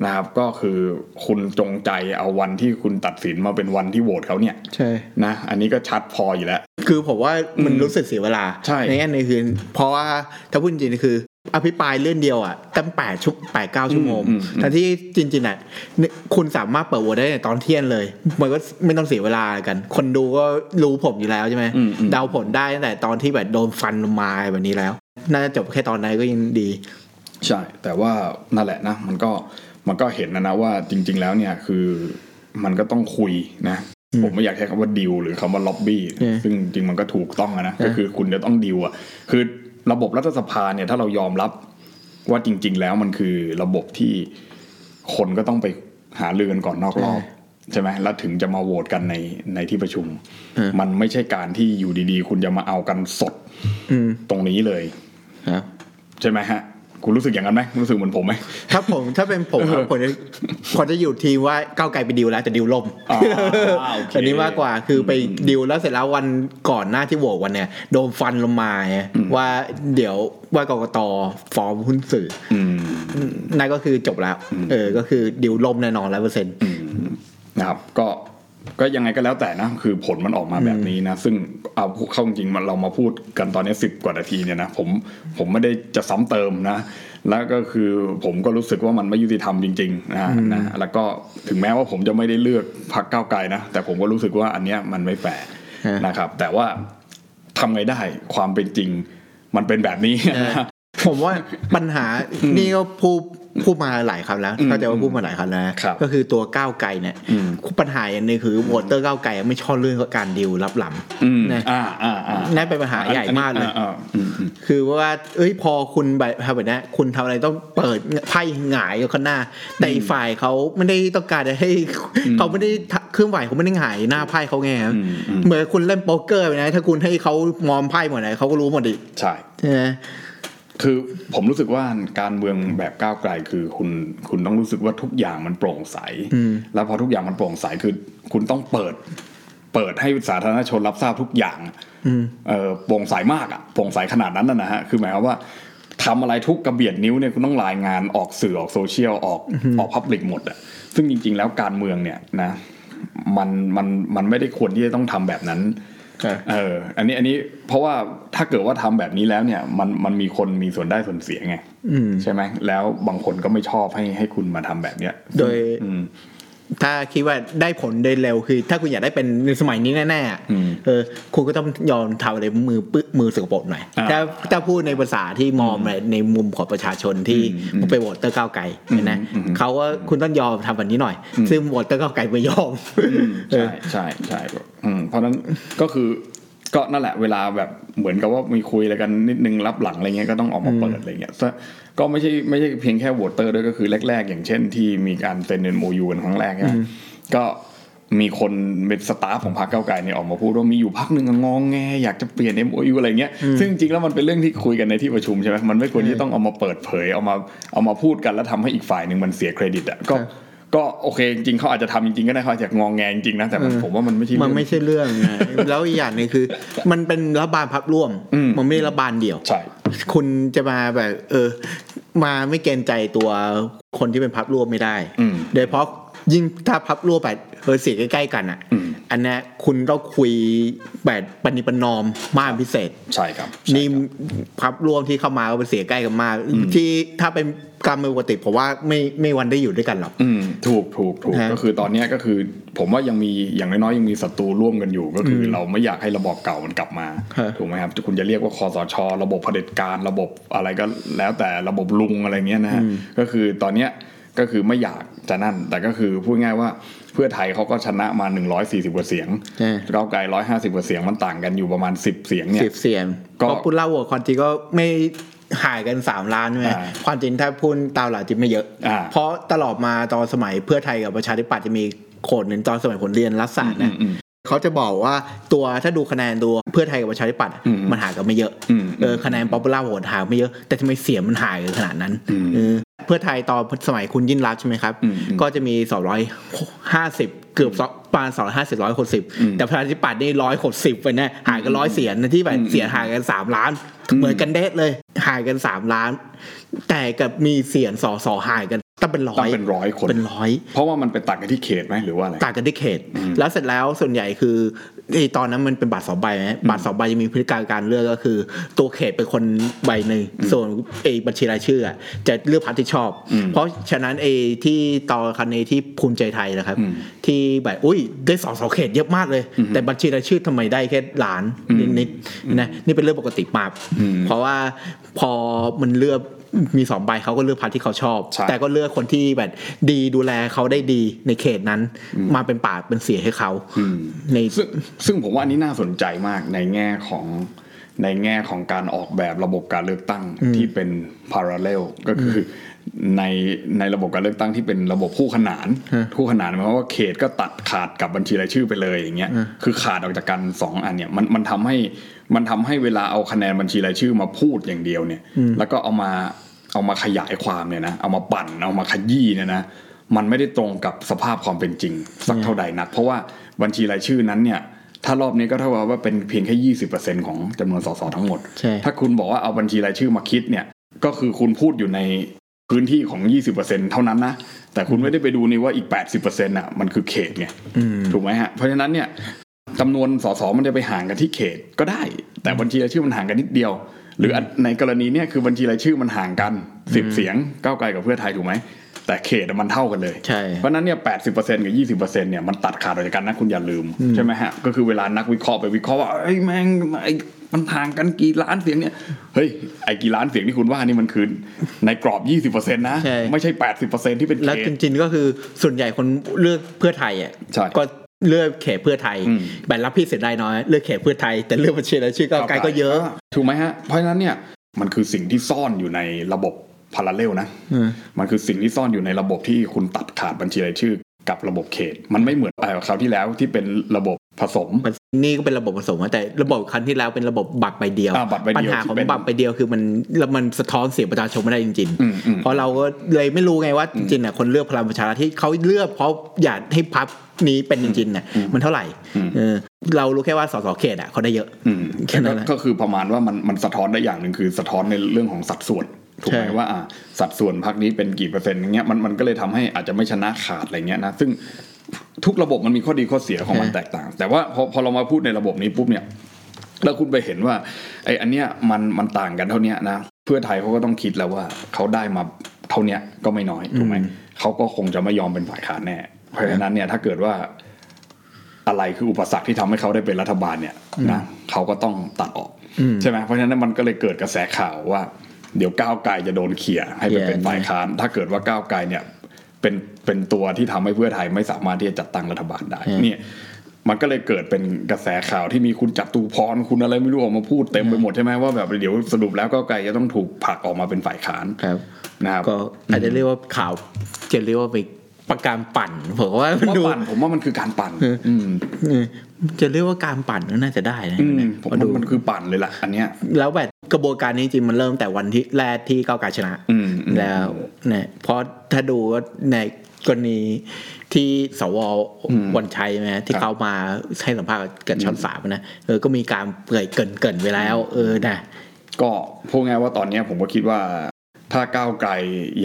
Speaker 1: นะครับ ก็คือคุณจงใจเอาวันที่คุณตัดสินมาเป็นวันที่โหวตเขาเนี่ย
Speaker 2: ใช่
Speaker 1: นะ อันนี้ก็ชัดพออยู่แล้ว
Speaker 2: คือผมว่ามัน
Speaker 1: อืม
Speaker 2: รู้สึกเสียเวลา
Speaker 1: ใช่
Speaker 2: แง่หนึงคือเพราะว่าถ้าพูดจริงๆคือ อภิปรายเรื่องเดียวอ่ะตั้งแปดชั่วแปดเก้าชั่วโมง
Speaker 1: อืมอืม
Speaker 2: แต่ที่จริงๆอ่ะเนี่ยคุณสามารถเปิดโหวตได้ในตอนเที่ยงเลย มันก็ไม่ต้องเสียเวลากัน คนดูก็รู้ผมอยู่แล้วใช่ไหม
Speaker 1: อืมอืม
Speaker 2: เดาผลได้ตั้งแต่ตอนที่แบบโดนฟันลงมาแบบนี้แล้ว น่าจะจบแค่ตอนนั้นก็ยังดี
Speaker 1: ใช่ แต่ว่านั่นแหละนะ มันก็ มันก็เห็นนะนะว่าจริง ๆ แล้วเนี่ยคือมันก็ต้องคุยนะ
Speaker 2: อืม
Speaker 1: ผมไม่อยากใช้คำว่าดิวหรือคำว่าล็อบบี้
Speaker 2: อืม
Speaker 1: ซึ่งจริงๆมันก็ถูกต้องอะนะ ก็
Speaker 2: อ่ะ
Speaker 1: คือคุณจะต้องดิวอะคือระบบรัฐสภาเนี่ยถ้าเรายอมรับว่าจริง ๆ แล้วมันคือระบบที่คนก็ต้องไปหาเรือกันก่อนนอกรอบ ใช่ไหมแล้วถึงจะมาโหวตกันในในที่ประชุม
Speaker 2: อืม
Speaker 1: มันไม่ใช่การที่อยู่ดีๆ คุณจะมาเอากันสด
Speaker 2: อืม
Speaker 1: ตรงนี้เลย
Speaker 2: ครับ
Speaker 1: ใช่ไหมฮะ คุณรู้สึกอย่างนั้นไหมรู้สึกเหมือนผมไหม
Speaker 2: ถ้าผมถ้าเป็นผมอะผมจะผมจะอยู่ทีมว่าก้าวไกลไปดิวแล้วแต่ดิวล่ม
Speaker 1: อ่าโอเค
Speaker 2: นนี้มากกว่า คือไปดิวแล้วเสร็จแล้ววันก่อนหน้าที่โหวตวันเนี่ยโดนฟันลงมาไงว่าเดี๋ยวว่ากกตฟ้องหุ้นสื่อ
Speaker 1: อืม
Speaker 2: นั่นก็คือจบแล้ว เออก็คือดิวล่มแน่นอนร้อยเปอร์เซ็นต์
Speaker 1: นะครับก็ก็ยังไงก็แล้วแต่นะ คือผลมันออกมาแบบนี้นะ ซึ่งเอาเข้าจริงๆมันเรามาพูดกันตอนนี้สิบกว่านาทีเนี่ยนะผมผมไม่ได้จะซ้ำเติมนะ แล้วก็คือผมก็รู้สึกว่ามันไม่ยุติธรรมจริงๆนะนะแล้วก็ถึงแม้ว่าผมจะไม่ได้เลือกพรรคก้าวไกลนะ แต่ผมก็รู้สึกว่าอันเนี้ยมันไม่แฟร์
Speaker 2: ฮะ
Speaker 1: นะครับ แต่ว่าทำไงได้ความเป็นจริงมันเป็นแบบนี้
Speaker 2: ผมว่าปัญ หานี่ก็พูดพูดมาหลายครั้งแล้ว
Speaker 1: อืม
Speaker 2: เข้าใจว่าพูดมาหลายครั้งแล้วนะครับ ก็คือตัวก้าวไกลเนี่ย
Speaker 1: อืม
Speaker 2: ปัญหาอย่างหนึงคือโวอเตอร์ก้าวไกลไม่ชอบเรื่องการดิวรับหลัง
Speaker 1: อืม
Speaker 2: นะ
Speaker 1: อ่าอ่าอ่า
Speaker 2: นั่นเป็นปัญหาใหญ่มากเลย
Speaker 1: อ่อ่อืมอืม
Speaker 2: คือว่า เอ้ย พอคุณแบบทำแบบเนี้ยคุณทำอะไรต้องเปิดไพ่หงายอยู่ข้างหน้า แต่อีกฝ่ายเขาไม่ได้ต้องการจะให้ เขาไม่ได้ทะเครื่องไหวเขาไม่ได้หงายหน้าไพ่เขาไงครับ
Speaker 1: อืมอืม
Speaker 2: เหมือนคุณเล่นโป๊กเกอร์ไปนะ ถ้าคุณให้เขามอมไพ่หมดไหนเขาก็รู้หมดดิ
Speaker 1: ใช่
Speaker 2: ใช่ไหม
Speaker 1: คือผมรู้สึกว่าการเมืองแบบก้าวไกลคือคุณคุณต้องรู้สึกว่าทุกอย่างมันโปร่งใส
Speaker 2: อืม
Speaker 1: แล้วพอทุกอย่างมันโปร่งใสคือคุณต้องเปิด เปิดให้สาธารณชนรับทราบทุกอย่างเออโปร่งใสมากอะโปร่งใสขนาดนั้นนะนะฮะคือหมายความว่าทำอะไรทุกกระเบียดนิ้วเนี่ยคุณต้องรายงานออกสื่อออกโซเชียลออกออกพับลิกหมดอะซึ่งจริง ๆ แล้วการเมืองเนี่ยนะมันมันมันไม่ได้ควรที่จะต้องทำแบบนั้น เออ อันนี้ อันนี้ เพราะว่าถ้าเกิดว่าทำแบบนี้แล้วเนี่ย มัน มันมีคนมีส่วนได้ส่วนเสียไง
Speaker 2: อืม
Speaker 1: ใช่ไหมแล้วบางคนก็ไม่ชอบให้ให้คุณมาทำแบบเนี้ย
Speaker 2: โดย
Speaker 1: อืม
Speaker 2: ถ้าคิดว่าได้ผลได้เร็วคือ ถ้าคุณอยากได้เป็นในสมัยนี้แน่ๆอะ
Speaker 1: อืม
Speaker 2: เออคุณก็ต้องยอมทำอะไรมือปื้มือสกปรกหน่อย
Speaker 1: อ่า
Speaker 2: ถ้าถ้าพูดในภาษาที่มองในในมุมของประชาชนที่
Speaker 1: อืม
Speaker 2: ไปโหวตเตอร์ก้าวไกล
Speaker 1: อืม
Speaker 2: นะ
Speaker 1: อืม
Speaker 2: เขาว่าคุณต้องยอมทำแบบนี้หน่อย
Speaker 1: อืม
Speaker 2: ซึ่งโหวตเตอร์ก้าวไกลไม่ยอมเอ
Speaker 1: ใช่
Speaker 2: อ
Speaker 1: ใช่ใช่อืมเพราะฉะนั้นก็คือก็นั่นแหละเวลาแบบเหมือนกับว่ามีคุยอะไรกันนิดนึงรับหลังอะไรเงี้ยก็ต้องออกมาเปิดอะไรเงี้ยซะก็ไม่ใช่ไม่ใช่เพียงแค่โหวตเตอร์ด้วยก็คือแรก ๆ อย่างเช่นที่มีการเซ็นเอ็นโมยูกันครั้งแรกใช่ไหมก็มีคนเป็นสตาฟของพรรคเก้าวไกลเนี่ยออกมาพูดว่ามีอยู่พักหนึ่งอะงองแงอยากจะเปลี่ยน MOU อะไรเงี้ยซึ่งจริงๆแล้วมันเป็นเรื่องที่คุยกันในที่ประชุมใช่ไหมมันไม่ควรที่ต้องเอามาเปิดเผยเอามาเอามาพูดกันแล้วทำให้อีกฝ่ายหนึ่งมันเสียเครดิตอ่ะก็
Speaker 2: ครับ
Speaker 1: ก็โอเคจริงๆเขาอาจจะทำจริงๆก็ได้เขาอาจจะงองแงจริงๆนะแต่มัน
Speaker 2: เออ
Speaker 1: ผมว่ามันไม่ใช่เรื่อง
Speaker 2: มันไม่ใช่เรื่องนะแล้วอีกอย่างหนึงคือ มันเป็นรัฐบาลพักร่วม
Speaker 1: อืม
Speaker 2: มันไม่ได้รัฐบาลเดียว
Speaker 1: ใช่
Speaker 2: คุณจะมาแบบ เออ มาไม่เกรงใจตัวคนที่เป็นพับร่วมไม่ได้
Speaker 1: อืม
Speaker 2: โดยเฉพราะยิ่งถ้าพับร่วมแบบเออเสียงใกล้ๆกันอ่ะ
Speaker 1: อืม
Speaker 2: อันเนี้ยคุณต้องคุยแบบปณิประนอมมากพิเศษ
Speaker 1: ใช่ครับ
Speaker 2: นี่พับร่วมที่เข้ามาก็เป็นเสียงใกล้กันมากที่ถ้าเป็นกรรมปกติผมว่าไม่ไม่วันได้อยู่ด้วยกันหรอก
Speaker 1: อืมถูกถูกถูก
Speaker 2: ฮะ
Speaker 1: ก็คือตอนเนี้ยก็คือ ผมว่ายังมีอย่างน้อยๆยังมีศัตรูร่วมกันอยู่ ก็คืออ
Speaker 2: ม
Speaker 1: เราไม่อยากให้ระบอบเก่ามันกลับมา
Speaker 2: ฮะ
Speaker 1: ถูกไหมครับคุณจะเรียกว่าคอสช ระบบเผด็จการระบบอะไรก็แล้วแต่ระบบลุงอะไรเงี้ยนะฮะก็คือตอนเนี้ยก็คือไม่อยากจะนั่น แต่ก็คือพูดง่ายว่าเพื่อไทยเขาก็ชนะมา 140กว่าเสียง
Speaker 2: ใช่
Speaker 1: ก้าวไกล150กว่าเสียงมันต่างกันอยู่ประมาณ 10 เสียงเนี่ย
Speaker 2: สิบเสียง
Speaker 1: ก็
Speaker 2: ก็พูดเล่าหัวความจริงก็ไม่ห่างกันสามล้านใช่ไหม
Speaker 1: อ่า
Speaker 2: ความจริงถ้าพูดตามหลักจริงไม่เยอะ
Speaker 1: อ่า
Speaker 2: เพราะตลอดมาตอนสมัยเพื่อไทยกับประชาธิปัตย์จะมีโขดหนึ่งตอนสมัยผมเรียนรัฐศาสตร์นะ
Speaker 1: อืมอืมอื
Speaker 2: เขาจะบอกว่าตัวถ้าดูคะแนนตัวเพื่อไทยกับประชาธิปัตย์อะ
Speaker 1: อืมอืม
Speaker 2: มันห่างกันไม่เยอะ
Speaker 1: อืมอืม
Speaker 2: เออคะแนนป๊อปปูล่าโหวตห่างไม่เยอะแต่ทำไมเสียงมันห่างกันขนาดนั้น
Speaker 1: อืม
Speaker 2: เออเพื่อไทยตอนสมัยคุณยิ่งรักษณ์ใช่ไหมครับ
Speaker 1: อืมอืม
Speaker 2: ก็จะมี250เกือบสองประมาณ250
Speaker 1: อืม
Speaker 2: 160แต่ ประชาธิปัตย์นี่ร้อยหกสิบไปนะห่างกันร้อยเสียงนะที่แบบเสียงห่างกันสามล้าน เหมือนกันเดะเลยห่างกันสามล้าน แต่กับมีเสียงสอสอห่างกันตั้งเป็นร้
Speaker 1: ต้อ
Speaker 2: อย
Speaker 1: งเป็นร้อยคน
Speaker 2: เป็นร้อย
Speaker 1: เพราะว่ามันไปตัดกันที่เขตไหมหรือว่าอะไร
Speaker 2: ต่างกันที่เขต แล้วเสร็จแล้วส่วนใหญ่คือไอ้ตอนนั้นมันเป็นบัตรสองใบไหมบัตรสองใบจะมีพฤติการการเลือกก็คือ ตัวเขตเป็นคนใบหนึ่งส่วนไอ้บัญชีรายชื่ออะจะเลือกพรรคที่ชอบ
Speaker 1: อืม
Speaker 2: เพราะฉะนั้นไอ้ที่ตอนคันนี้ที่ภูมิใจไทยนะครับ
Speaker 1: อืม
Speaker 2: ที่แบบอุ้ยได้สอสอเขตเยอะมากเลย แต่บัญชีรายชื่อทำไมได้แค่หลานนิดๆนะนี่เป็นเรื่องปกติมาก
Speaker 1: อืม
Speaker 2: เพราะว่าพอมันเลือกมีสองใบเขาก็เลือกพรรคที่เขาชอบ
Speaker 1: ใช่
Speaker 2: แต่ก็เลือกคนที่แบบดีดูแลเขาได้ดีในเขตนั้น มาเป็นปากเป็นเสียให้เขา
Speaker 1: อืม
Speaker 2: ใน
Speaker 1: ซึ่งซึ่งผมว่าอันนี้น่าสนใจมากในแง่ของในแง่ของการออกแบบระบบการเลือกตั้งที่เป็น parallel ก็คืออในในระบบการเลือกตั้งที่เป็นระบบคู่ขนาน
Speaker 2: ฮะ
Speaker 1: คู่ขนานหมายความว่าเขตก็ตัดขาดกับบัญชีรายชื่อไปเลยอย่างเงี้ย
Speaker 2: ฮะ
Speaker 1: คือขาดออกจากกันสองอันเนี่ยมันมันทำให้มันทำให้เวลาเอาคะแนนบัญชีรายชื่อมาพูดอย่างเดียวเนี่ย แล้วก็เอามาเอามาขยายความเนี่ยนะเอามาปั่นเอามาขยี้เนี่ยนะมันไม่ได้ตรงกับสภาพความเป็นจริง สักเท่าใดนัก เพราะว่าบัญชีรายชื่อนั้นเนี่ย ถ้ารอบนี้ก็เท่ากับว่าเป็นเพียงแค่ยี่สิบเปอร์เซ็นของจำนวนสสทั้งหมด
Speaker 2: ใช่
Speaker 1: ถ้าคุณบอกว่าเอาบัญชีรายชื่อมาคิดเนี่ย ก็คือคุณพูดอยู่ในพื้นที่ของ 20%เท่านั้นนะ แต่คุณไม่ได้ไปดูนี่ว่าอีก 80%อ่ะมันคือเขตไง
Speaker 2: อืม
Speaker 1: ถูกไหมฮะ เพราะฉะนั้นเนี่ยจำนวนสสมันจะไปห่างกันที่เขตก็ได้ แต่บัญชีรายชื่อมันห่างกันนิดเดียว หรืออันในกรณีเนี่ยคือบัญชีรายชื่อมันห่างกันสิบเสียงก้าวไกลกับเพื่อไทยถูกไหมแต่เขตอะมันเท่ากันเลย
Speaker 2: ใช่
Speaker 1: เพราะฉะนั้นเนี่ยแปดสิบเปอร์เซ็นต์กับยี่สิบเปอร์เซ็นต์เนี่ยมันตัดขาดออกจากกันนะคุณอย่าลืม ใช่ไหมฮะ ก็คือเวลานักวิเคราะห์ไปวิเคราะห์ว่าไอ้ยแม่งไอ้มันห่างกันกี่ล้านเสียงเนี่ยเฮ้ยไอ้กี่ล้านเสียงที่คุณว่านี่มันคือในกรอบยี่สิบเปอร์เซ็นต์นะ
Speaker 2: ใช่
Speaker 1: ไม่ใช่แปดสิบเปอร์เซ็นต์ที่เป็นเข
Speaker 2: แล้วจ
Speaker 1: ต
Speaker 2: ริงๆก็คือส่วนใหญ่คนเลือกเพื่อไทยอ่ะ
Speaker 1: ใช่
Speaker 2: ก็เลือกเขตเพื่อไทย
Speaker 1: อืม
Speaker 2: แบบรับพี่เสียได้น้อยเลือกเขตเพื่อไทยแต่เลือกบัญชีรายชื่อก้าวไกลก็เยอะ
Speaker 1: ถูกไหมฮะ เพราะฉะนั้นเนี่ยมันคือสิ่งที่ซ่อนอยู่ในระบบพาราเลลนะ
Speaker 2: อืม
Speaker 1: มันคือสิ่งที่ซ่อนอยู่ในระบบที่คุณตัดขาดบัญชีรายชื่อ กับระบบเขต มันไม่เหมือนเอ่อคราวที่แล้วที่เป็นระบบผสม
Speaker 2: มันนี่ก็เป็นระบบผสมอะแต่ระบบครั้งที่แล้วเป็นระบบบัตรใบเดียว
Speaker 1: อ่าบัตรใบเดียว
Speaker 2: ปัญหาของ
Speaker 1: ที่เป็น
Speaker 2: บัตรใบเดียวคือมันแล้วมันสะท้อนเสียงประชาชนไม่ได้จริง
Speaker 1: อืมอืม
Speaker 2: ๆ เพราะเราก็เลยไม่รู้ไงว่าจริงๆน่ะคนเลือกพลังประชารัฐที่เขาเลือกเพราะอยากให้พับนี้เป็นจริงๆน่ะมันเท่าไหร่
Speaker 1: อืม
Speaker 2: เออเรารู้แค่ว่าสสเขตอ่ะเขาได้เยอะ
Speaker 1: อืม
Speaker 2: แค่นั้นแหละ
Speaker 1: ก็ก็คือประมาณว่ามันมันสะท้อนได้อย่างหนึ่งคือสะท้อนในเรื่องของสัดส่วนถูกไหม
Speaker 2: ใช่
Speaker 1: ว่าอ่าสัดส่วนพรรคนี้เป็นกี่เปอร์เซ็นต์อย่างเงี้ยมันมันก็เลยทำให้อาจจะไม่ชนะขาดอะไรเงี้ยนะซึ่งทุกระบบมันมีข้อดีข้อเสียของมันแตกต่าง แต่ว่าพอพอเรามาพูดในระบบนี้ปุ๊บเนี่ย แล้วคุณไปเห็นว่าไอ้อันเนี้ยมันมันต่างกันเท่าเนี้ยนะ เ พื่อไทยเขาก็ต้องคิดแล้วว่าเขาได้มาเท่าเนี้ยก็ไม่น้อยถูกไหมเขาก็คงจะไม่ยอมเป็นฝ่ายค้านแน่ เพราะฉะนั้นเนี่ยถ้าเกิดว่าอะไรคืออุปสรรคที่ทำให้เขาได้เป็นรัฐบาลเนี่ยนะเขาก็ต้องตัดออกใช่ไหมเพราะฉะนั้นมันก็เลยเกิดกระแสข่าวว่า เดี๋ยวก้าวไกลจะโดนเขี่ยให้ไปเป็นฝ่ายค้าน ถ้าเกิดว่าก้าวไกลเนี่ยเป็นเป็นตัวที่ทำให้เพื่อไทยไม่สามารถที่จะจัดตั้งรัฐบาลได้
Speaker 2: อืม
Speaker 1: เนี่ย มันก็เลยเกิดเป็นกระแสข่าวที่มีคุณจัตุพรคุณอะไรไม่รู้ออกมาพูดเต็มไปหมดใช่ไหมว่าแบบเดี๋ยวสรุปแล้วก็ไกลจะต้องถูกผลักออกมาเป็นฝ่ายค้าน
Speaker 2: ครับ
Speaker 1: นะครับ
Speaker 2: ก็อาจจะเรียกว่าข่าวจะเรียกว่าเป็นประการปั่นผมว่า
Speaker 1: ผมว่า
Speaker 2: ดู
Speaker 1: ปั่นผมว่ามันคือการปั่นอืม
Speaker 2: เออจะเรียกว่าการปั่นก็น่าจะได้นะ
Speaker 1: อืมผม
Speaker 2: พอ
Speaker 1: ว่า
Speaker 2: ดู
Speaker 1: มันคือปั่นเลยล่ะอันเนี้ย
Speaker 2: แล้วแบบกระบวนการนี้จริงๆมันเริ่มแต่วันที่แรกที่ก้าวไกลชนะ
Speaker 1: อืมอืม
Speaker 2: แล้วเนี่ยเพราะถ้าดูว่าในกรณีที่สว
Speaker 1: อืม
Speaker 2: วันชัยไหม
Speaker 1: ค
Speaker 2: ที่
Speaker 1: รับ
Speaker 2: เขามาให้สัมภาษณ์กับช่องสามนะเออก็มีการเปิดเกรินเกรินๆไว้แล้ว เออนะ
Speaker 1: ก็พูดง่ายว่าตอนเนี้ยผมก็คิดว่า ถ้าก้าวไกล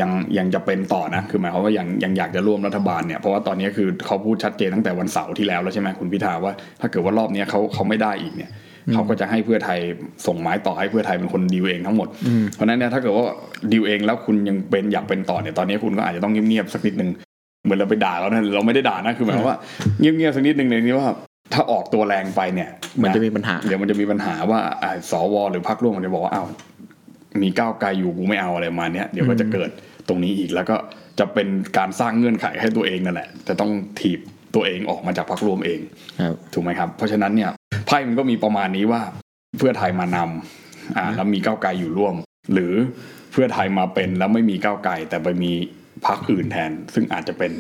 Speaker 1: ยังยังจะเป็นต่อนะคือหมายความว่ายังยังอยากจะร่วมรัฐบาลเนี่ยเพราะว่าตอนเนี้ยคือเขาพูดชัดเจนตั้งแต่วันเสาร์ที่แล้วแล้วใช่ไหมคุณพิธาว่า ถ้าเกิดว่ารอบเนี้ยเขาเขาไม่ได้อีกเนี่ยเขาก็จะให้เพื่อไทยส่งไม้ต่อให้เพื่อไทยเป็นคนดีลเองทั้งหมด เพราะฉะนั้นเนี่ยถ้าเกิดว่าดีลเองแล้วคุณยังเป็นอยากเป็นต่อเนี่ยตอนนี้คุณก็อาจจะต้องเงียบๆสักนิดนึงเหมือนเราไปด่าเขานะเราไม่ได้ด่านะคือหมายความว่าเงียบๆสักนิดนึงในที่ว่าถ้าออกตัวแรงไปเนี่ย
Speaker 2: มันจะ
Speaker 1: นะ
Speaker 2: มีปัญหา
Speaker 1: เดี๋ยวมันจะมีปัญหาว่าอ่าสวหรือพรรคร่วมมันจะบอกว่าอ้าวมีก้าวไกลอยู่กูไม่เอาอะไรประมาณเนี้ยเดี๋ยวก็จะเกิดตรงนี้อีกแล้วก็จะเป็นการสร้างเงื่อนไขให้ตัวเองนั่นแหละจะต้องถีบตัวเองออกมาจากพรรคร่วมเอง
Speaker 2: ครับ
Speaker 1: ถูกไหมครับ เพราะฉะนั้นเนี่ยไพ่มันก็มีประมาณนี้ว่าเพื่อไทยมานำอ่าแล้วมีก้าวไกลอยู่ร่วม หรือเพื่อไทยมาเป็นแล้วไม่มีก้าวไกลแต่ไปมีพรรคอื่นแทน ซึ่งอาจจะเป็น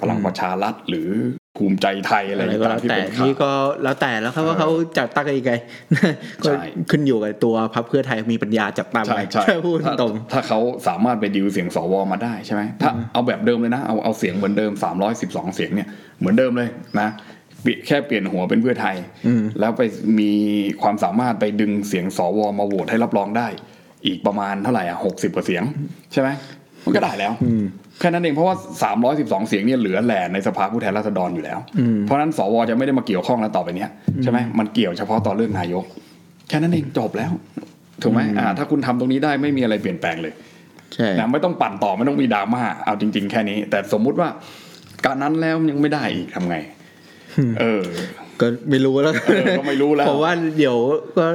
Speaker 1: พลังประชารัฐหรือภูมิใจไทยอะไร
Speaker 2: อะไรก็
Speaker 1: ต่างๆ
Speaker 2: แล้ว
Speaker 1: ที่
Speaker 2: แต่
Speaker 1: เป็นข่าว
Speaker 2: นี่ก็แล้วแต่แล้วครับว่าเขาจัดตั้งกันยังไง ก็ขึ้นอยู่กับตัวพรรคเพื่อไทยมีปัญญาจัดตั้งไห
Speaker 1: ใช่
Speaker 2: ม
Speaker 1: ใช่
Speaker 2: พูด
Speaker 1: ถ้า
Speaker 2: ตรง
Speaker 1: ถ้าเขาสามารถไปดิวเสียงสวมาได้ใช่ไหมถ้าเอาแบบเดิมเลยนะ เอาเอาเสียงเหมือนเดิม 312 เสียงเนี่ยเหมือนเดิมเลยนะเปลี่ยนแค่เปลี่ยนหัวเป็นเพื่อไทย แล้วไปมีความสามารถไปดึงเสียงสวมาโหวตให้รับรองได้ อีกประมาณเท่าไหร่อ่ะหกสิบกว่าเสียง ใช่ไหมมันก็ได้แล้วแค่นั้นเองเพราะว่า 312 เสียงเนี่ยเหลือแหล่ในสภาผู้แทนราษฎรอยู่แล้ว เพราะฉะนั้นสวจะไม่ได้มาเกี่ยวข้องแล้วต่อไปเนี้ยใช่ไหมมันเกี่ยวเฉพาะตอนเรื่องนายก แค่นั้นเองจบแล้ว ถูกไหมอ่าถ้าคุณทำตรงนี้ได้ไม่มีอะไรเปลี่ยนแปลงเลย
Speaker 2: ใช่
Speaker 1: นะไม่ต้องปั่นต่อไม่ต้องมีดราม่าเอาจริง ๆ แค่นี้ แต่สมมุติว่าการนั้นแล้วยังไม่ได้อีกทำไง เออ
Speaker 2: ก็ไม่รู้แล้ว
Speaker 1: เออก็ไม่รู้แล้ว
Speaker 2: ผมว่าเดี๋ยวก็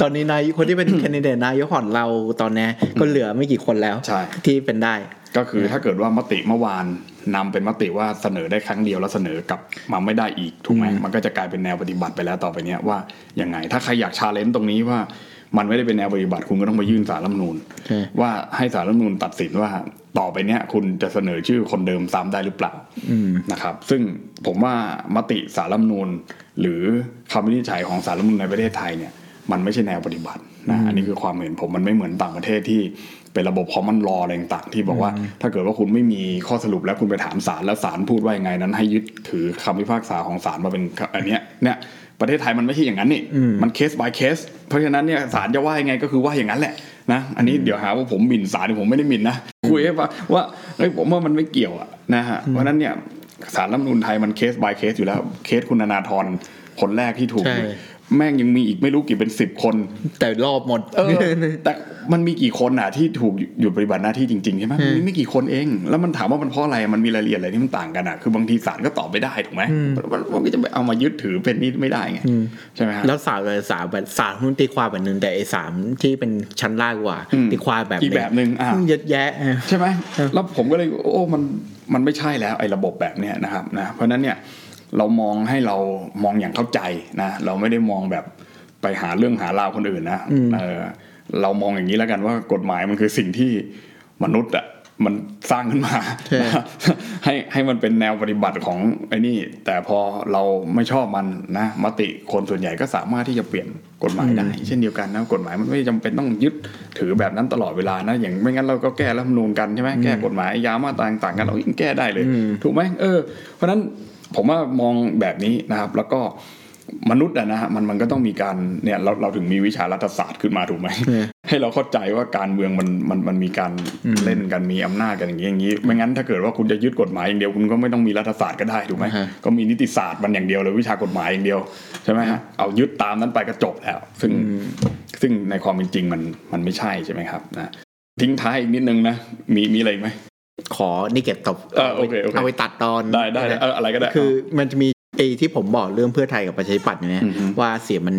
Speaker 2: ตอนนี้นายคนที่เป็น แคนดิเดตนายกของเราตอนเนี้ยก็เหลือไม่กี่คนแล้ว
Speaker 1: ใช่
Speaker 2: ที่เป็นได้
Speaker 1: ก็คือถ้าเกิดว่ามติเมื่อวานนำเป็นมติว่าเสนอได้ครั้งเดียวแล้วเสนอกลับมาไม่ได้อีกถูกไหมมันก็จะกลายเป็นแนวปฏิบัติไปแล้วต่อไปเนี้ยว่ายังไง ถ้าใครอยากชาเลนจ์ตรงนี้ว่า มันไม่ได้เป็นแนวปฏิบัติคุณก็ต้องไปยื่นสารรัฐธรรมนูญ
Speaker 2: ใช่
Speaker 1: ว่าให้สารรัฐธรรมนูญตัดสินว่าต่อไปเนี้ยคุณจะเสนอชื่อคนเดิมซ้ำได้หรือเปล่า
Speaker 2: อืม
Speaker 1: นะครับซึ่งผมว่ามติสารรัฐธรรมนูญหรือคำวินิจฉัยของสารรัฐธรรมนูญในประเทศไทยเนี่ยมันไม่ใช่แนวปฏิบัตินะอันนี้คือความเห็นผมมันไม่เหมือนต่างประเทศที่เป็นระบบคอมมอนรออะไรต่างๆที่บอกว่า ถ้าเกิดว่าคุณไม่มีข้อสรุปแล้วคุณไปถามศาลแล้วศาลพูดว่ายังไงนั้น ให้ยึดถือคำพิพากษาของศาลมาเป็นอันเนี้ยเนี่ยประเทศไทยมันไม่ใช่อย่างนั้นนี่มันเคส by เคสเพราะฉะนั้นเนี่ยศาลจะว่ายังไงก็คือว่าอย่างนั้นแหละนะอันนี้เดี๋ยวหาว่าผมหมิ่นศาลผมไม่ได้หมิ่นนะคุยให้ฟังว่าเฮ้ยผมว่ามันไม่เกี่ยวอะนะฮะเพราะฉะนั้นเนี่ย สารรัฐธรรมนูญไทยมันเคส by เคสอยู่แล้ว เคสคุณธนาธรคนแรกที่ถูก
Speaker 2: ใช่
Speaker 1: แม่งยังมีอีกไม่รู้กี่เป็นสิบคน
Speaker 2: แต่รอบหมด
Speaker 1: เออ แต่มันมีกี่คนอ่ะที่ถูกหยุดปฏิบัติหน้าที่จริงๆใช่ไหมมันมีไม่กี่คนเอง แล้วมันถามว่ามันเพราะอะไรมันมีรายละเอียดอะไรที่มันต่างกันอ่ะคือบางทีศาลก็ตอบไม่ได้ถูกไหมมันมันก็จะไปเอามายึดถือเป็นนี่ไม่ได้ไงใช่ไหมฮะ
Speaker 2: แล้วสามเลยสามแบบสามมันตีความแบบหนึ่งแต่ไอ้สามที่เป็นชั้นล่างกว่า
Speaker 1: อืม
Speaker 2: ตีความแบบ
Speaker 1: อีกแบบหนึ่งอ่ะ
Speaker 2: เยอะแยะ
Speaker 1: ใช่ไหมแล้วผมก็เลยโอ้มันมันไม่ใช่แล้วไอ้ระบบแบบเนี้ยนะครับนะเพราะฉะนั้นเนี่ยเรามองให้เรามองอย่างเข้าใจนะเราไม่ได้มองแบบไปหาเรื่องหาราวคนอื่นนะเออเรามองอย่างนี้แล้วกันว่ากฎหมายมันคือสิ่งที่มนุษย์อ่ะมันสร้างขึ้นมา
Speaker 2: ใช่
Speaker 1: นะ ให้ให้มันเป็นแนวปฏิบัติของไอ้นี่ แต่พอเราไม่ชอบมันนะมติคนส่วนใหญ่ก็สามารถที่จะเปลี่ยนกฎหมายได้ เช่นเดียวกันนะกฎหมายมันไม่จำเป็นต้องยึดถือแบบนั้นตลอดเวลานะ อย่างไม่งั้นเราก็แก้รัฐธรรมนูญกันใช่ไหมแก้กฎหมายยามาตราต่างๆกันเรายิ่งแก้ได้เลย ถูกไหมเออเพราะฉะนั้นผมว่ามองแบบนี้นะครับ แล้วก็มนุษย์อะนะฮะมันมันก็ต้องมีการเนี่ยเราเราถึงมีวิชารัฐศาสตร์ขึ้นมาถูกไหม
Speaker 2: เออ
Speaker 1: ให้เราเข้าใจว่าการเมืองมันมันมันมีการเล่นกันมีอำนาจกันอย่างนี้อย่างนี้ ไม่งั้นถ้าเกิดว่าคุณจะยึดกฎหมายอย่างเดียวคุณก็ไม่ต้องมีรัฐศาสตร์ก็ได้ถูกไหม
Speaker 2: ฮะ
Speaker 1: ก็มีนิติศาสตร์มันอย่างเดียวเลยวิชากฎหมายอย่างเดียวใช่ไหมฮะเอายึดตามนั้นไปก็จบแล้ว ซึ่ง ซึ่งในความเป็นจริงมันมันไม่ใช่ใช่ไหมครับนะทิ้งท้ายอีกนิดนึงนะมีมีอะไรอีกไหม
Speaker 2: ขอนี่เก็บตบ
Speaker 1: เออโอเคโอเค
Speaker 2: เอาไปตัดตอน
Speaker 1: ได้ได้ได้เอออะไรก็ได้
Speaker 2: คือมันจะมีไอ้ที่ผมบอกเรื่องเพื่อไทยกับประชาธิปัตย์เนี่ย
Speaker 1: อือฮึ
Speaker 2: ว่าเสียงมัน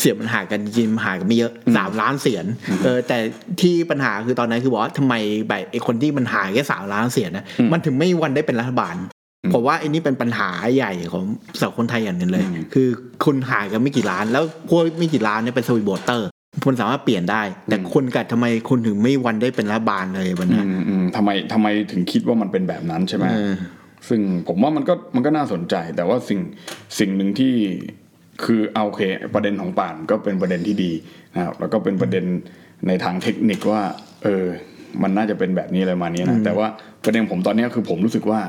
Speaker 2: เสียงมันหากันจริงๆหากันไม่เยอะสามล้านเสียงเออแต่ที่ปัญหาคือตอนนั้นคือบอกว่าทำไมแบบไอ้คนที่มันหาแค่สามล้านเสียงนะ
Speaker 1: อืม
Speaker 2: มันถึงไม่วันได้เป็นรัฐบาล
Speaker 1: อืม
Speaker 2: ผมว่าไอ้นี่เป็นปัญหาใหญ่ของสังคมไทยอย่างหนึ่งเลย
Speaker 1: อืม
Speaker 2: คือคุณหากันไม่กี่ล้าน แล้วพวกไม่กี่ล้านเนี่ยเป็นสวิตโบเตอร์คุณสามารถเปลี่ยนได้ แต่คนกัดทำไมคุณถึงไม่วันได้เป็นรัฐบาลเลยวัน
Speaker 1: อื
Speaker 2: นั้น
Speaker 1: มอืมทำไมทำไมถึงคิดว่ามันเป็นแบบนั้นใช่ไหม
Speaker 2: เออ
Speaker 1: ซึ่งผมว่ามันก็มันก็น่าสนใจ แต่ว่าสิ่งสิ่งหนึ่งที่คือเอาโอเค ประเด็นของป่านก็เป็นประเด็นที่ดีนะครับแล้วก็เป็นประเด็นในทางเทคนิคว่า เออ มันน่าจะเป็นแบบนี้อะไรมาเนี้ยนะแต่ว่าประเด็นผมตอนเนี้ยคือผมรู้สึกว่า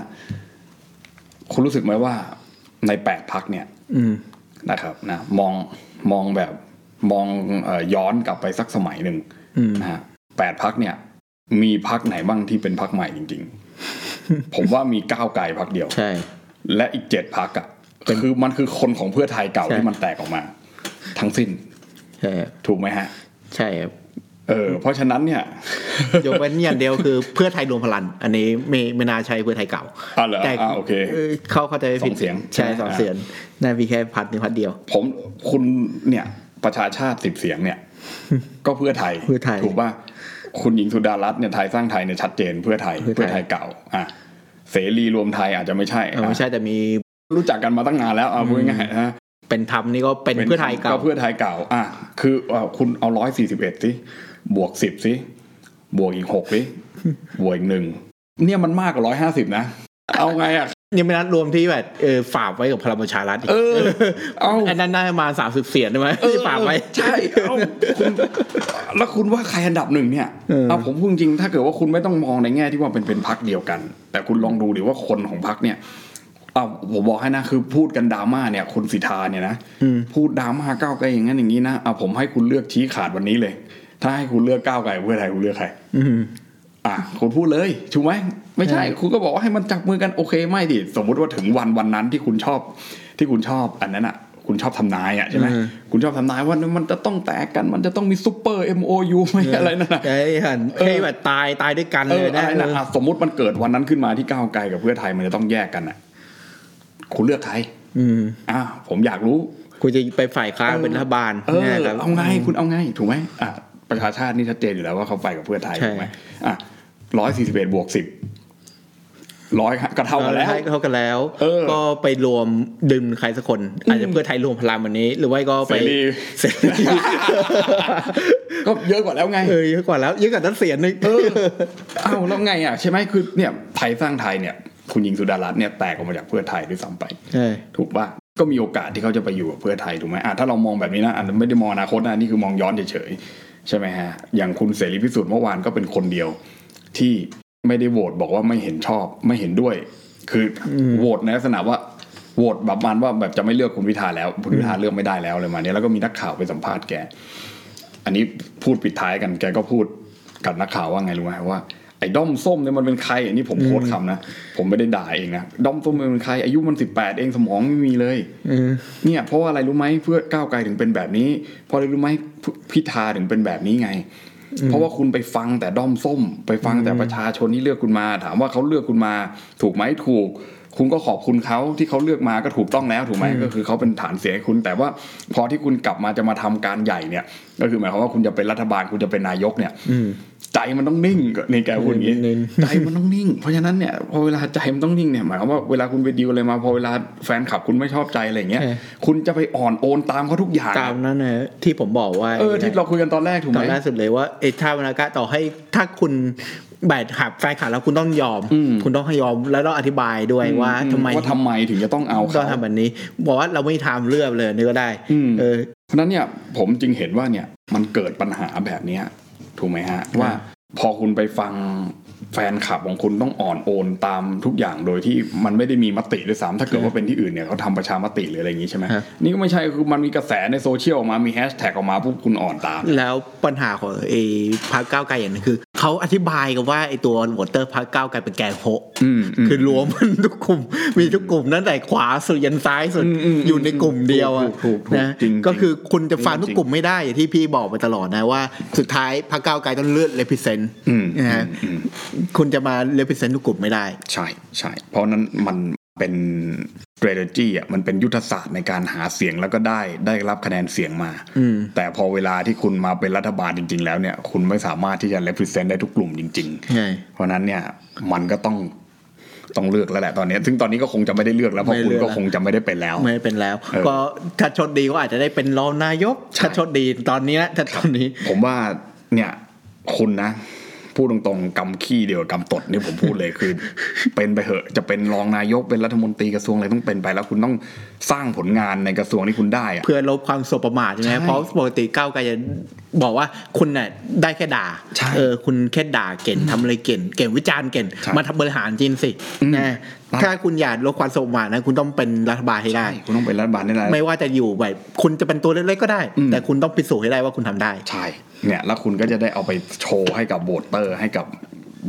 Speaker 1: คุณรู้สึกไหมว่าในแปดพักเนี่ย
Speaker 2: อืม
Speaker 1: นะครับนะมองมองแบบมองเออย้อนกลับไปสักสมัยหนึ่งนะฮะแปดพักเนี่ย มีพักไหนบ้างที่เป็นพักใหม่จริง ๆ ผมว่ามีก้าวไกลพักเดียว
Speaker 2: ใช่
Speaker 1: และอีกเจ็ดพักอะคือมันคือคนของเพื่อไทยเก่า
Speaker 2: ใช่
Speaker 1: ที่มันแตกออกมา ทั้งสิ้น
Speaker 2: ใช่
Speaker 1: ถูกไหมฮะ
Speaker 2: ใช่ครับ
Speaker 1: เออ เพราะฉะนั้นเนี่ย
Speaker 2: ยกเว้นอย่างเดียวคือเพื่อไทยรวมพลังอันนี้ไม่ไม่น่าใช่เพื่อไทยเก่า
Speaker 1: อ่าเหรอ
Speaker 2: แต่
Speaker 1: อ่าโอเค
Speaker 2: เออเขาเข้าใจผิ
Speaker 1: สอ
Speaker 2: ด
Speaker 1: งเสียงใช่
Speaker 2: ใช่
Speaker 1: ไหม
Speaker 2: สองเสียงน่ามีแค่พัดนี้พัดเดียว
Speaker 1: ผมคุณเนี่ย ประชาชาติสิบเสียงเนี่ย ก็เพื่อไทย
Speaker 2: เพื่อไทย
Speaker 1: ถูกป่ะคุณหญิงสุดารัตน์เนี่ยไทยสร้างไทยเนี่ยชัดเจนเพื่อไทย
Speaker 2: เพื่อไทย
Speaker 1: เพื่อไทยเก่า อ่ะเสรีรวมไทยอาจจะไม่ใช่
Speaker 2: เออไม่ใช่แต่มี
Speaker 1: อ่ะรู้จักกันมาตั้งนานแล้วเอาพูดง่ายๆนะ
Speaker 2: เป็นธรรมนี่ก็เป็นเพื่อไทยเก่า
Speaker 1: เพื่อไทยเก่า อ่ะ คืออ่ะคุณเอาร้อยสี่สิบเอ็ดสิ บวกสิบสิ บวกอีกหกสิ บวกอีกหนึ่ง เนี่ยมันมากกว่าร้อยห้าสิบนะ เอาไงอ่ะ
Speaker 2: ยังไม่นัดรวมที่แบบเออฝากไว้กับพลังประชารัฐอีก
Speaker 1: เออ เอา
Speaker 2: อันนั้นได้มาสามสิบเสียงใช่ไหมที่ฝากไว้
Speaker 1: ใช่ เอาคุณแล้วคุณว่าใครอันดับหนึ่งเนี่ย
Speaker 2: เออ
Speaker 1: ผมพูดจริงๆถ้าเกิดว่าคุณไม่ต้องมองในแง่ที่ว่าเป็นเป็นพักเดียวกัน แต่คุณลองดูดิว่าคนของพักเนี่ย เอาผมบอกให้นะคือพูดกันดราม่าเนี่ยคุณสิทธาเนี่ยนะพูดดราม่าก้าวไกลอย่างนั้นอย่างนี้นะเอาผมให้คุณเลือกชี้ขาดวันนี้เลย ถ้าให้คุณเลือกก้าวไกลเพื่อไทยคุณเลือกใคร
Speaker 2: อืม
Speaker 1: อ่ะคุณพูดเลยถูกไหมไม่ใช่
Speaker 2: ใช่
Speaker 1: คุณก็บอกว่าให้มันจับมือกันโอเคไม่ดิสมมุติว่าถึงวันวันนั้นที่คุณชอบ ที่คุณชอบอันนั้นอ่ะ คุณชอบทำนายอ่ะใช่ไหมคุณชอบทำนายว่ามันจะต้องแตกกันมันจะต้องมีซูเปอร์ MOU ไหมอะไรนั่นน่ะ
Speaker 2: ไอ้หัน
Speaker 1: เออ
Speaker 2: ให้แบบตายตายด้วยกัน
Speaker 1: เอ
Speaker 2: เล
Speaker 1: อย อะ
Speaker 2: นะ
Speaker 1: ไรนะอ่ะสมมติมันเกิดวันนั้นขึ้นมาที่ก้าวไกลกับเพื่อไทยมันจะต้องแยกกันอ่ะคุณเลือกใคร
Speaker 2: อืม
Speaker 1: อ่ะผมอยากรู้
Speaker 2: กูจะไปฝ่ายค้านเป็นรัฐบาล
Speaker 1: เออ
Speaker 2: นี่ยครับ
Speaker 1: เอาไงคุณเอาไงถูกไหมอ่ะประชาชาตินี่ชัดเจนอยู่แล้วว่าเขาไปกับเพื่อไทย
Speaker 2: ใช่
Speaker 1: ถูกไหมอ่ะร้อยสี่สิบเอ็ดบวกสิบร้อยก็เท่ากันแล้ว
Speaker 2: ให้เท่ากันแล้ว
Speaker 1: เออ
Speaker 2: ก็ไปรวมดึงใครสักคน อาจจะเพื่อไทยรวมพลังวันนี้ หรือว่าก็ไป
Speaker 1: เสรี
Speaker 2: เส รี
Speaker 1: ก็เยอะกว่าแล้วไง
Speaker 2: เออเยอะกว่าแล้วเยอะกว่าตั้งเสียนึง
Speaker 1: เออเอ้าแล้วไงอ่ะใช่ไหมคือเนี่ยไทยสร้างไทยเนี่ย คุณหญิงสุดารัตน์เนี่ยแตกออกมาจากเพื่อไทยด้วยซ้ำไป
Speaker 2: ใช่
Speaker 1: ถูกป่ะก็มีโอกาสที่เขาจะไปอยู่กับเพื่อไทยถูกไหมอ่ะถ้าเรามองแบบนี้นะอันนั้นไม่ได้มองอนาคตนะอันนี่คือมองย้อนเฉยๆใช่ไหมฮะอย่างคุณเสรีพิสุทธิ์เมื่อวานก็เป็นคนเดียว ที่ไม่ได้โหวตบอกว่าไม่เห็นชอบไม่เห็นด้วย คืออโหวตในลักษณะว่าโหวตแบบมันว่าแบบจะไม่เลือกคุณพิธาแล้วคุณพิธาเลือกไม่ได้แล้วอะไรมาเนี้ยแล้วก็มีนักข่าวไปสัมภาษณ์แก อันนี้พูดปิดท้ายกันแกก็พูดกับนักข่าวว่าไงรู้ไหมว่าไอ้ด้อมส้มเนี่ยมันเป็นใครอันนี้ผมโคตรคำนะผมไม่ได้ด่าเองนะด้อมส้มมันเป็นใครอายุมันสิบแปดเองสมองไม่มีเลย
Speaker 2: อืม
Speaker 1: เนี่ยเพราะว่าอะไรรู้ไหมเพื่อก้าวไกลถึงเป็นแบบนี้เพราะอะไรรู้ไหมพิพิธาถึงเป็นแบบนี้ไง เพราะว่าคุณไปฟังแต่ด้อมส้ม ไปฟังแต่ประชาชนที่เลือกคุณมา ถามว่าเขาเลือกคุณมา ถูกไหมถูก คุณก็ขอบคุณเขาที่เขาเลือกมาก็ถูกต้องแล้วถูกไหมก็คือเขาเป็นฐานเสียงให้คุณ แต่ว่าพอที่คุณกลับมาจะมาทำการใหญ่เนี่ย ก็คือหมายความว่าคุณจะเป็นรัฐบาลคุณจะเป็นนายกเนี่ย
Speaker 2: อืม
Speaker 1: ใจมันต้องนิ่งก็ในแกพูดอย่างนี้
Speaker 2: เน้น
Speaker 1: ใจมันต้องนิ่ง เพราะฉะนั้นเนี่ยพอเวลาใจมันต้องนิ่งเนี่ยหมายความว่าเวลาคุณไปดีลอะไรมาพอเวลาแฟนคลับคุณไม่ชอบใจอะไรอย่างเงี้ย คุณจะไปอ่อนโอนตามเขาทุกอย่าง
Speaker 2: ตามนั้นนะที่ผมบอกว่า
Speaker 1: เออที่เราคุยกันตอนแรกถูก
Speaker 2: ต
Speaker 1: ไห
Speaker 2: อ
Speaker 1: ม
Speaker 2: นล่าสุดเลยว่าเอถ้าวนากะต่อให้ถ้าคุณแบบหับแฟนขาดแล้วคุณต้องยอม
Speaker 1: อืม
Speaker 2: คุณต้องให้ยอมแล้วต้องอธิบายด้วยว่าทำไม
Speaker 1: ว่าทำไมถึงจะต้องเอา
Speaker 2: ต้อ
Speaker 1: เขา
Speaker 2: งทำแบบนี้ บอกว่าเราไม่ทำเลือกเลยนี่ก็ได้
Speaker 1: อืม
Speaker 2: เออ
Speaker 1: เพราะฉะนั้นเนี่ยผมจึงเห็นว่าเนี่ยมันเกิดปัญหาแบบเนี้ยถูกไหมฮะ ว่า พอคุณไปฟังแฟนคลับของคุณต้องอ่อนโอนตามทุกอย่างโดยที่มันไม่ได้มีมติด้วยซ้ำถ้าเกิดว่าเป็นที่อื่นเนี่ยเขาทำประชามติหรืออะไรอย่างนี้ใช่ไหม
Speaker 2: ฮะ
Speaker 1: นี่ก็ไม่ใช่คือมันมีกระแสในโซเชียลออกมามีแฮชแท็กออกมาปุ๊บคุณอ่อนตาม
Speaker 2: แล้วปัญหาของไอ้พักก้าวไกลอย่างหนึงคือเขาอธิบายกันว่าไอ้ตัววอเตอร์พักก้าวไกลเป็นแกนโฮะ
Speaker 1: อืมอืม
Speaker 2: คือรวมมันทุกกลุ่ม มีทุกกลุ่มตั้งแต่ขวาสุดยันซ้ายสุด
Speaker 1: อืมอืม
Speaker 2: อยู่ในกลุ่มเดียวอะ
Speaker 1: ถูกถูกถูก
Speaker 2: นะ
Speaker 1: จริง
Speaker 2: ก็คือคุณจะฟัง
Speaker 1: จริง
Speaker 2: ทุกกลุ่มไม่ได้อย่างที่พี่บอกมาตลอดนะว่าสุดท้ายพักก้าวไกลต้องเลือกเลพิเซนต์
Speaker 1: อืม
Speaker 2: นะฮะ
Speaker 1: อืม
Speaker 2: คุณจะมาเลพิเซนต์ทุกกลุ่มไม่ได้
Speaker 1: ใช่ใช่เพราะนั้นมันเป็น strategy อ่ะมันเป็นยุทธศาสตร์ในการหาเสียงแล้วก็ได้ได้รับคะแนนเสียงมา
Speaker 2: อืม
Speaker 1: แต่พอเวลาที่คุณมาเป็นรัฐบาลจริง ๆ แล้วเนี่ย คุณไม่สามารถที่จะ represent ได้ทุกกลุ่มจริง ๆ
Speaker 2: ใช่
Speaker 1: เพราะนั้นเนี่ยมันก็ต้องต้องเลือกแล้วแหละตอนนี้ซึ่งตอนนี้ก็คงจะไม่ได้เลือกแล้วเพราะ
Speaker 2: ไม่
Speaker 1: คุ
Speaker 2: เลื
Speaker 1: ณ
Speaker 2: อก
Speaker 1: ก็คงจะไม่ได้เป็นแล้ว
Speaker 2: ไม่เป็นแล้ว
Speaker 1: เออ
Speaker 2: ก็ถ้าโชดดีก็อาจจะได้เป็นรองนายกถ้าโชดดีตอนนี้นะถ้าตอนนี้
Speaker 1: ผมว่าเนี่ยคุณนะ พูดตรงๆกำขี้เดียวกับกำตดนี่ผมพูดเลยคือ เป็นไปเหอะจะเป็นรองนายกเป็นรัฐมนตรีกระทรวงอะไรต้องเป็นไปแล้วคุณต้องสร้างผลงานในกระทรวงที่คุณได้อะ
Speaker 2: เพื่อลบความสบประมาทใช่ไหม
Speaker 1: ใช่
Speaker 2: เพราะปกติก้าวไกลจะบอกว่าคุณน่ะได้แค่ด่า
Speaker 1: ใช่
Speaker 2: เออคุณแค่ด่าเก่งทำอะไรเก่งเก่งวิจารณ์เก่ง
Speaker 1: ใช่
Speaker 2: มาทำบริหารจีนสิ
Speaker 1: อืม
Speaker 2: นะถ้าคุณอยากลดความสบประมาทนะคุณต้องเป็นรัฐบาลให้ได้
Speaker 1: คุณต้องเป็นรัฐบาลได้แล้ว
Speaker 2: ไม่ว่าจะอยู่แบบคุณจะเป็นตัวเล็กๆก็ได้
Speaker 1: อืม
Speaker 2: แต่คุณต้องพิสูจน์ให้ได้ว่าคุณทำได้
Speaker 1: ใช่เนี่ยแล้วคุณก็จะได้เอาไปโชว์ให้กับโบเตอร์ ให้กับ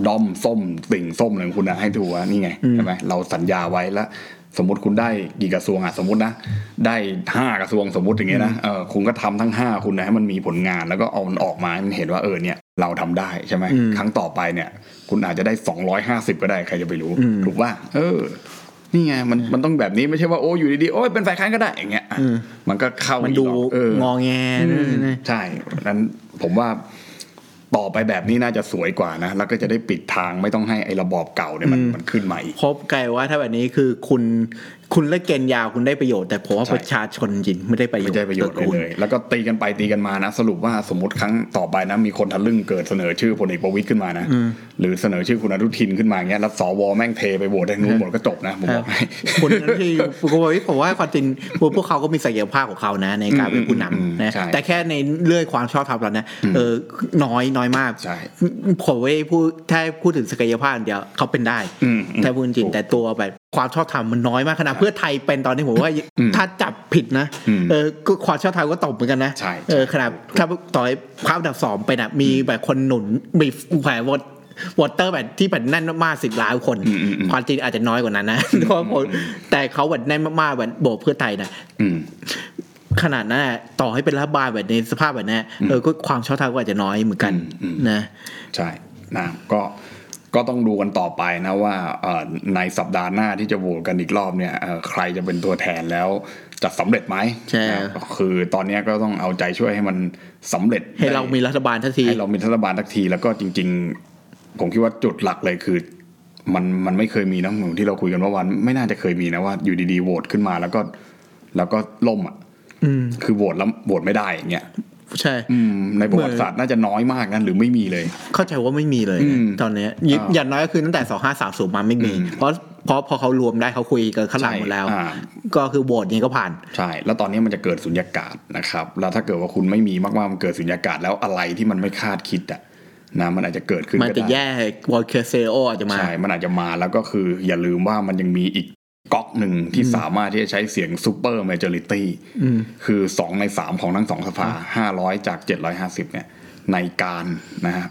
Speaker 1: ด้อมส้มติ่งส้มอะไรของคุณนะให้ดูว่านี่ไงใช่ไหมเราสัญญาไว้แล้ว สมมติคุณได้กี่กระทรวงอ่ะสมมตินะ ได้ห้ากระทรวงสมมติอย่างเงี้ยนะเออคุณก็ทำทั้งห้าคุณนะให้มันมีผลงานแล้วก็เอามันออกมาให้มันเห็นว่าเออเนี่ยเราทำได้ใช่ไหม
Speaker 2: อืม
Speaker 1: ครั้งต่อไปเนี่ย คุณอาจจะได้ 250 ก็ได้ใครจะไปรู้ถูกว่า เออ นี่ไงมันมันต้องแบบนี้ไม่ใช่ว่าโอ้อยู่ดีๆโอ้ยเป็นฝ่ายค้านก็ได้อย่างเงี้ยอ่ะมันก็เข้า
Speaker 2: มั
Speaker 1: มัน
Speaker 2: ดู
Speaker 1: เออ
Speaker 2: งอแงนะ
Speaker 1: ใช่นั้นผมว่าต่อไปแบบนี้น่าจะสวยกว่านะ แล้วก็จะได้ปิดทางไม่ต้องให้ไอ้ระบอบเก่าเนี่ยมันมันขึ้นมาอีก
Speaker 2: พบไกลว่าถ้าแบบนี้คือคุณคุณเลิกเกณฑ์ยาวคุณได้ประโยชน์ แต่ผมว่า
Speaker 1: ใช่
Speaker 2: ประชาชนจริงไม่ได้ประโยช
Speaker 1: ไม่
Speaker 2: น์
Speaker 1: ได้ประโยชน์อะไร
Speaker 2: ต่อคุณ
Speaker 1: เลย แล้วก็ตีกันไปตีกันมานะ สรุปว่าสมมติครั้งต่อไปนะ มีคนทะลึ่งเกิดเสนอชื่อพลเอกประวิตยขึ้นมานะ หรือเสนอชื่อคุณอนุทินขึ้นมาอย่างเงี้ยแล้วสวแม่งเทไปโหวตทางนู้นหมดก็จบนะผมบอกให้
Speaker 2: คุณที่ผมว่าผมว่าความจริงพวกเขาก็มีศักยภาพของเขานะในการเป็นผู้
Speaker 1: อืมอืมอืม
Speaker 2: นำนะ
Speaker 1: ใช่
Speaker 2: แต่แค่ในเรื่องความชอบธรรมเรานะเออน้อยน้อยมาก
Speaker 1: ใช่
Speaker 2: ผมว่าพูดถ้าพูดถึงศักยภาพเดียวเขาเป็นได้
Speaker 1: อืมอืม
Speaker 2: แต่พูดจริง
Speaker 1: ถูก
Speaker 2: แต่ตัวแบบความชอบธรรมมันน้อยมากขนาดเพื่อไทยเป็นตอนนี้ผมว่าถ้าจับผิดนะ
Speaker 1: อืม
Speaker 2: เออก็ความชอบธรรมก็ตกเหมือนกันนะ
Speaker 1: ใช่ใช่
Speaker 2: เออ ขนาดถ้าต่อยภาพอันดับสองไปน่ะมีแบบคนหนุนมีแผลวอตวอเตอร์แบบที่แบบแน่นมากสิบล้านคน
Speaker 1: อืมอืมอืม
Speaker 2: ความจริงอาจจะน้อยกว่านั้นนะเพราะผม แต่เขาแบบแน่นมากๆแบบโบกเพื่อไทยนะ
Speaker 1: อืม
Speaker 2: ขนาดนั้นน่ะต่อให้เป็นรัฐบาลแบบในสภาพแบบนั้นเออก็ความชอบธรรมก็อาจจะน้อยเหมือนกัน
Speaker 1: อืมอืม
Speaker 2: นะ
Speaker 1: ใช่นะก็ก็ต้องดูกันต่อไปนะว่าเอ่อในสัปดาห์หน้าที่จะโหวตกันอีกรอบเนี่ยเอ่อใครจะเป็นตัวแทนแล้วจะสำเร็จไหม
Speaker 2: ใช่
Speaker 1: นะคือตอนเนี้ยก็ต้องเอาใจช่วยให้มันสำเร็จ
Speaker 2: ให้เรามีรัฐบาลทันที
Speaker 1: ให้เรามีรัฐบาลทักทีแล้วก็จริง ๆ ผมคิดว่าจุดหลักเลยคือ มันมันไม่เคยมีนะเหมือนที่เราคุยกันเมื่อวานไม่น่าจะเคยมีนะว่าอยู่ดีๆโหวตขึ้นมาแล้วก็ แล้วก็ล่มอ่ะ
Speaker 2: อืม
Speaker 1: คือโหวตแล้วโหวตไม่ได้อย่างเงี้ย
Speaker 2: ใช่
Speaker 1: อืมในประวัติศาสตร์น่าจะน้อยมากนะหรือไม่มีเลย
Speaker 2: เข้าใจว่าไม่มีเลย
Speaker 1: อื
Speaker 2: นะ
Speaker 1: ม
Speaker 2: ตอนเนี้ยยิ
Speaker 1: อ่า
Speaker 2: อย่างน้อยก็คือตั้งแต่สองห้าสามศูนย์มาไม่มี เพราะเพราะพอเขารวมได้เขาคุยกันข้างหลังหมดแล้ว
Speaker 1: ใช่อ่า
Speaker 2: ก็คือโหวตนี้ก็ผ่าน
Speaker 1: ใช่ แล้วตอนนี้มันจะเกิดสุญญากาศนะครับ แล้วถ้าเกิดว่าคุณไม่มีมากๆ มันเกิดสุญญากาศแล้วอะไรที่มันไม่คาดคิดอะนะมันอาจจะเกิดขึ้น
Speaker 2: มัน
Speaker 1: ก็
Speaker 2: จะ
Speaker 1: ได้
Speaker 2: แย่วอลเคเซโออาจจะมา
Speaker 1: ใช่ มันอาจจะมาแล้วก็คืออย่าลืมว่ามันยังมีอีกก๊อกหนึ่งที่สามารถที่จะใช้เสียงซูเปอร์เมเจอริตี้
Speaker 2: อืม
Speaker 1: คือ 2 ใน 3 ของทั้งสองสภา 500 จาก 750 เนี่ย ในการนะฮะ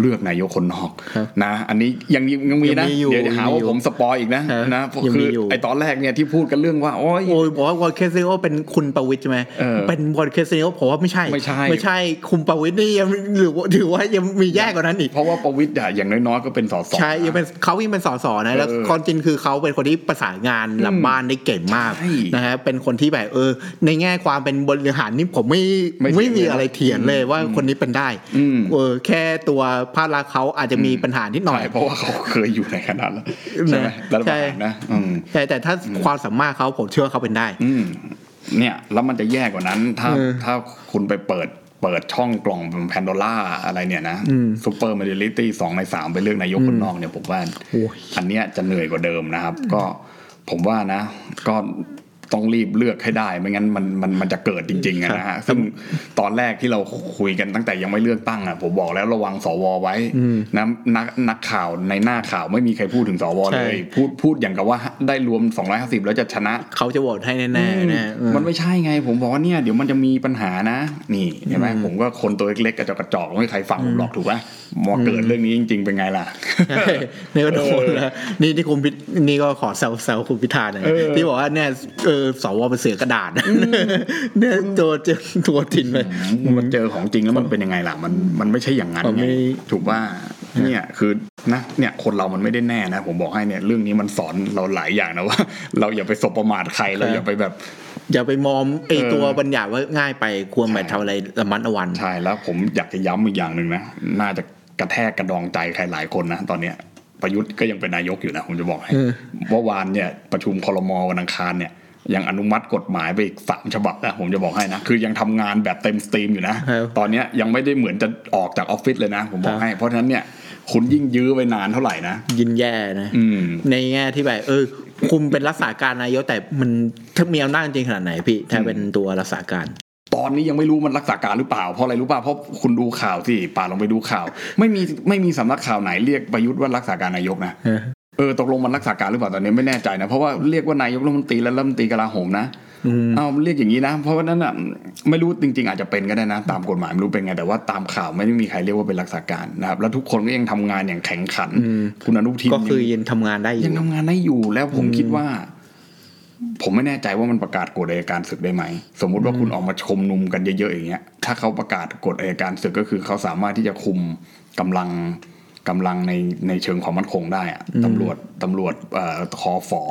Speaker 1: เลือกนายกคนนอก
Speaker 2: ครับ
Speaker 1: นะ อันนี้ยังมียังมีนะ
Speaker 2: ยังมีอยู่
Speaker 1: เดี๋ยวจะหาว่า
Speaker 2: ยังมีอยู่
Speaker 1: ผมสปอยอีกนะครับ นะ
Speaker 2: ยัง
Speaker 1: คื
Speaker 2: มี
Speaker 1: ออยู่ ไอตอนแรกเนี่ยที่พูดกันเรื่องว่าโอ้ย
Speaker 2: โอ้ยบอกว่าวอลเคเซโอเป็นคุณประวิทย์ใช่ไหม
Speaker 1: เออ
Speaker 2: เป็นวอลเคเซโอผมว่าไม่ใช่
Speaker 1: ไม่ใช่
Speaker 2: ไม่ใช่คุณประวิทย์นี่ยังหรือว่าถือว่ายังมีแย่กว่านั้นอีก
Speaker 1: เพราะว่าประวิทย์อะอย่างน้อยๆก็เป็นสส
Speaker 2: ใช่ยังเป็นเขายังเป็นสสนะแล้ว
Speaker 1: เออ
Speaker 2: ความจริงคือเขาเป็นคนที่ประสานงานหลังบ้านได้เก่งมาก
Speaker 1: ใช่
Speaker 2: นะฮะเป็นคนที่แบบเออ ในแง่ความเป็นบริหารนี่ผมไม่
Speaker 1: ไม่เถียง
Speaker 2: ไม่มี
Speaker 1: เลยนะ
Speaker 2: อะไรเถียงเลยว่าคนนี้เป็นได้
Speaker 1: อืม
Speaker 2: เออแค่ตัวภาพลักษณ์เขาอาจจะมีปัญหานิดหน่อย
Speaker 1: ใช่เพราะว่าเขาเคยอยู่ในคณะแล้วใช่ไหม
Speaker 2: นะ
Speaker 1: รัฐประ
Speaker 2: ใช่
Speaker 1: หารนะอืม
Speaker 2: แต่แต่ถ้าความสามารถเขาผมเชื่อว่าเขาเป็นได้
Speaker 1: อืมเนี่ยแล้วมันจะแย่กว่านั้น ถ้า
Speaker 2: เออ
Speaker 1: ถ้าคุณไปเปิดเปิดช่องกล่องแพนโดล่าอะไรเนี่ยนะ
Speaker 2: อืม
Speaker 1: ซูเปอร์มาริลิตี้สองในสามไปเลือกนายกคนนอกเนี่ยผมว่า
Speaker 2: โอ้ย
Speaker 1: อันเนี้ยจะเหนื่อยกว่าเดิมนะครับ ก็ผมว่านะ ก็ ต้องรีบเลือกให้ได้ไม่งั้นมันมันมันจะเกิดจริงๆอะนะฮะซึ่งตอนแรกที่เราคุยกันตั้งแต่ยังไม่เลือกตั้งอ่ะผมบอกแล้วระวังสวไว้นะนักนักข่าวในหน้าข่าวไม่มีใครพูดถึงสว
Speaker 2: ใช่
Speaker 1: เลย พูดพูดอย่างกับว่าได้รวม 250 แล้วจะชนะ
Speaker 2: เขาจะโหวตให้แน่ๆนะ
Speaker 1: อืมมันไม่ใช่ไง ผมบอกว่าเนี่ยเดี๋ยวมันจะมีปัญหานะ นี่เห็นไหมผมก็คนตัวเล็กๆกระจอกกระจอกไม่มีใครฟังผมหรอกถูกไหมมาเกิดเรื่องนี้จริง ๆ เป็นไงล่ะ
Speaker 2: ใช่นี่ก็โดนแล้วนี่ที่คุณพิธนี่ก็ขอแซวแซวคุณพิธาหน่อย
Speaker 1: เออ
Speaker 2: ที่บอกว่าเนี่ยเออสวเป็นเสือกระดาษ เนี่ยตัวเจอตัวถิ่นเลย
Speaker 1: มันเจอของจริงแล้วมันเป็นยังไงล่ะมันมันไม่ใช่อย่างนั้น
Speaker 2: มัน
Speaker 1: ไง
Speaker 2: ไม่
Speaker 1: ถูกว่าเนี่ยคือนะเนี่ยคนเรามันไม่ได้แน่นะ ผมบอกให้เนี่ยเรื่องนี้มันสอนเราหลายอย่างนะว่า เราอย่าไปสบประมาทใครเราอย่าไปแบบ
Speaker 2: อย่าไปมอมไอ
Speaker 1: เออ
Speaker 2: ตัวบัญญัติว่าง่ายไปควรแบบทำอะไรระมัดระวัง
Speaker 1: ใช่แล้วผมอยากจะย้ำอีกอย่างหนึ่งนะน่าจะกระแทกกระดองใจใครหลายคนนะตอนเนี้ยประยุทธ์ก็ยังเป็นนายกอยู่นะผมจะบอกให้
Speaker 2: เออ
Speaker 1: เมื่อวานเนี่ยประชุมคลมวันอังคารเนี่ยยังอนุมัติกฎหมายไปอีกสามฉบับนะผมจะบอกให้นะคือยังทำงานแบบเต็มสตรีมอยู่นะ
Speaker 2: ครับ
Speaker 1: ตอนเนี้ยยังไม่ได้เหมือนจะออกจากออฟฟิศเลยนะ ผมบอกให้ เพราะฉะนั้นเนี่ยคุณยิ่งยื้อไว้นานเท่าไหร่นะ
Speaker 2: ยินแย่นะ
Speaker 1: อืม
Speaker 2: ในแง่ที่แบบเออ คุณเป็นรักษาการนายกแต่มันถ้ามีอำนาจจริงขนาดไหนพี่ ถ้าเป็นตัวรักษาการ
Speaker 1: ตอนนี้ยังไม่รู้มันรักษาการหรือเปล่าเพราะอะไรรู้ป่ะเพราะคุณดูข่าวสิป่าลองไปดูข่าว ไม่มีไม่มีสำนักข่าวไหนเรียกประยุทธ์ว่ารักษาการนายกนะ เออตกลงมันรักษาการหรือเปล่าตอนนี้ไม่แน่ใจนะ เพราะว่าเรียกว่านายกรัฐมนตรีและรัฐมนตรีกลาโหมนะ
Speaker 2: อืม
Speaker 1: เอาเรียกอย่างนี้นะ เพราะว่านั้นอ่ะไม่รู้จริง ๆ อาจจะเป็นก็ได้นะ ตามกฎหมายไม่รู้เป็นไงแต่ว่าตามข่าวไม่ได้มีใครเรียกว่าเป็นรักษาการนะครับแล้วทุกคนก็ยังทำงานอย่างแข็งขัน
Speaker 2: อืม
Speaker 1: คุณอนุทิน
Speaker 2: ก็คือ
Speaker 1: ยัง
Speaker 2: ยังทำงานได้อยู่
Speaker 1: ยังทำงานได้อยู่แล้วผมคิดว่า ผมไม่แน่ใจว่ามันประกาศกฎอัยการศึกได้ไหม สมมุติว่าคุณออกมาชมนุมกันเยอะๆอย่างเงี้ยถ้าเขาประกาศกฎอัยการศึกก็คือเขาสามารถที่จะคุมกำลังกำลังในในเชิงความมั่นคงได้อะตำรวจตำรวจเอ่อคอฝอ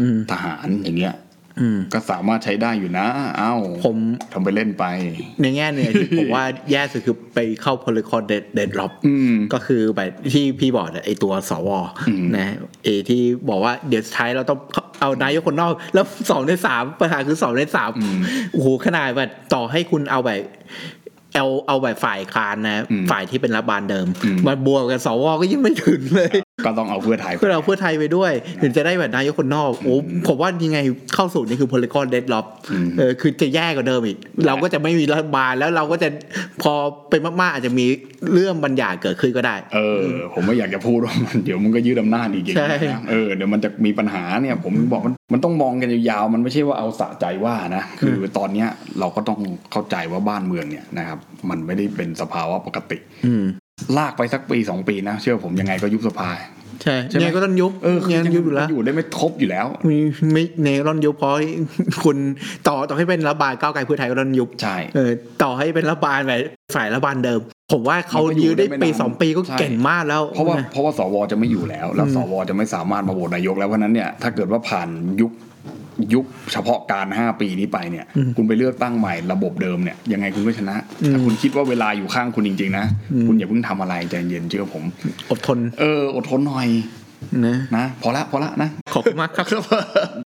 Speaker 1: อทหารอย่างเงี้ย
Speaker 2: อืม
Speaker 1: ก็สามารถใช้ได้อยู่นะ เอ้า
Speaker 2: ผม
Speaker 1: ทำไปเล่นไป
Speaker 2: ในแง่หนึ่งที่ผมว่าแย่สุดคือไปเข้าพลคอนเดดล็อบ
Speaker 1: อืม
Speaker 2: ก็คือแบบที่พี่บอกเนี่ยไอตัวสวนะเอที่บอกว่าเดี๋ยวท้ายเราต้องเอานายกคนนอก แล้วสองในสามปัญหาคือสองในสามโอ้โหขนาดแบบต่อให้คุณเอาแบบเอาเอาแบบฝ่ายค้านนะ
Speaker 1: อืม
Speaker 2: ฝ่ายที่เป็นรัฐบาลเดิม
Speaker 1: อืม
Speaker 2: มาบวกกับสวก็ยังไม่ถึงเลย
Speaker 1: ก็ต้องเอาเพื่อไทย
Speaker 2: เพื่อเราเพื่อไทยไปด้วยถึงจะได้แบบนายกคนนอกโอ้ผมว่ายังไงเข้าสู่นี่คือพล y กอนเดดล็อบเออคือจะแย่กว่าเดิมอีก เราก็จะไม่มีรัฐบาลแล้วเราก็จะพอเป็นมากๆอาจจะมีเรื่องบรรยายเกิดขึ้นก็ได้
Speaker 1: เออ ผมไม่อยากจะพูดว่ามัน เดี๋ยวมันก็ยืดอำนาจอีกอย่างนี้
Speaker 2: ใช่
Speaker 1: นะเออเดี๋ยวมันจะมีปัญหาเนี่ยผมบอกมันมันต้องมองกันยาวๆมันไม่ใช่ว่าเอาสะใจว่านะคือตอนเนี้ยเราก็ต้องเข้าใจว่าบ้านเมืองเนี่ยนะครับ มันไม่ได้เป็นสภาวะปกติ
Speaker 2: อืม
Speaker 1: ลากไปสักปีสองปีนะ เชื่อผมยังไงก็ยุบสภา
Speaker 2: ใช่
Speaker 1: ใช่ไหม
Speaker 2: ยังไงก็ต้องยุบ
Speaker 1: เออ
Speaker 2: ยังไงต้องยุบอยู่แล้ว
Speaker 1: อยู่ได้ไม่ครบอยู่แล้ว
Speaker 2: มีไม่ในก็ต้องยุบเพราะ คุณต่อต่อให้เป็นรัฐบาลก้าวไกลเพื่อไทยก็ต้องยุบ
Speaker 1: ใช่
Speaker 2: เออต่อให้เป็นรัฐบาลแบบฝ่ายรัฐบาลเดิม ผมว่าเขา
Speaker 1: มันก็อยู่
Speaker 2: ยื้อได้
Speaker 1: ได้ไม่
Speaker 2: ปี
Speaker 1: นาน
Speaker 2: สองปีก็
Speaker 1: ใช่
Speaker 2: เก่งมากแล้ว
Speaker 1: เพราะว่าเพราะว่าสวจะไม่อยู่แล้วแล้วสวจะไม่สามารถมาโหวตนายกแล้วเพราะฉะนั้นเนี่ยถ้าเกิดว่าผ่านยุคยุคเฉพาะการ 5 ปีนี้ไปเนี่ย คุณไปเลือกตั้งใหม่ระบบเดิมเนี่ยยังไงคุณก็ชนะถ้าคุณคิดว่าเวลาอยู่ข้างคุณจริง ๆ นะ คุณอย่าเพิ่งทำอะไรใจเย็นเชื่อผม
Speaker 2: อดทน
Speaker 1: เออ อดทนหน่อย
Speaker 2: นะ
Speaker 1: นะ พอละพอละนะ
Speaker 2: ขอบคุณมากครับ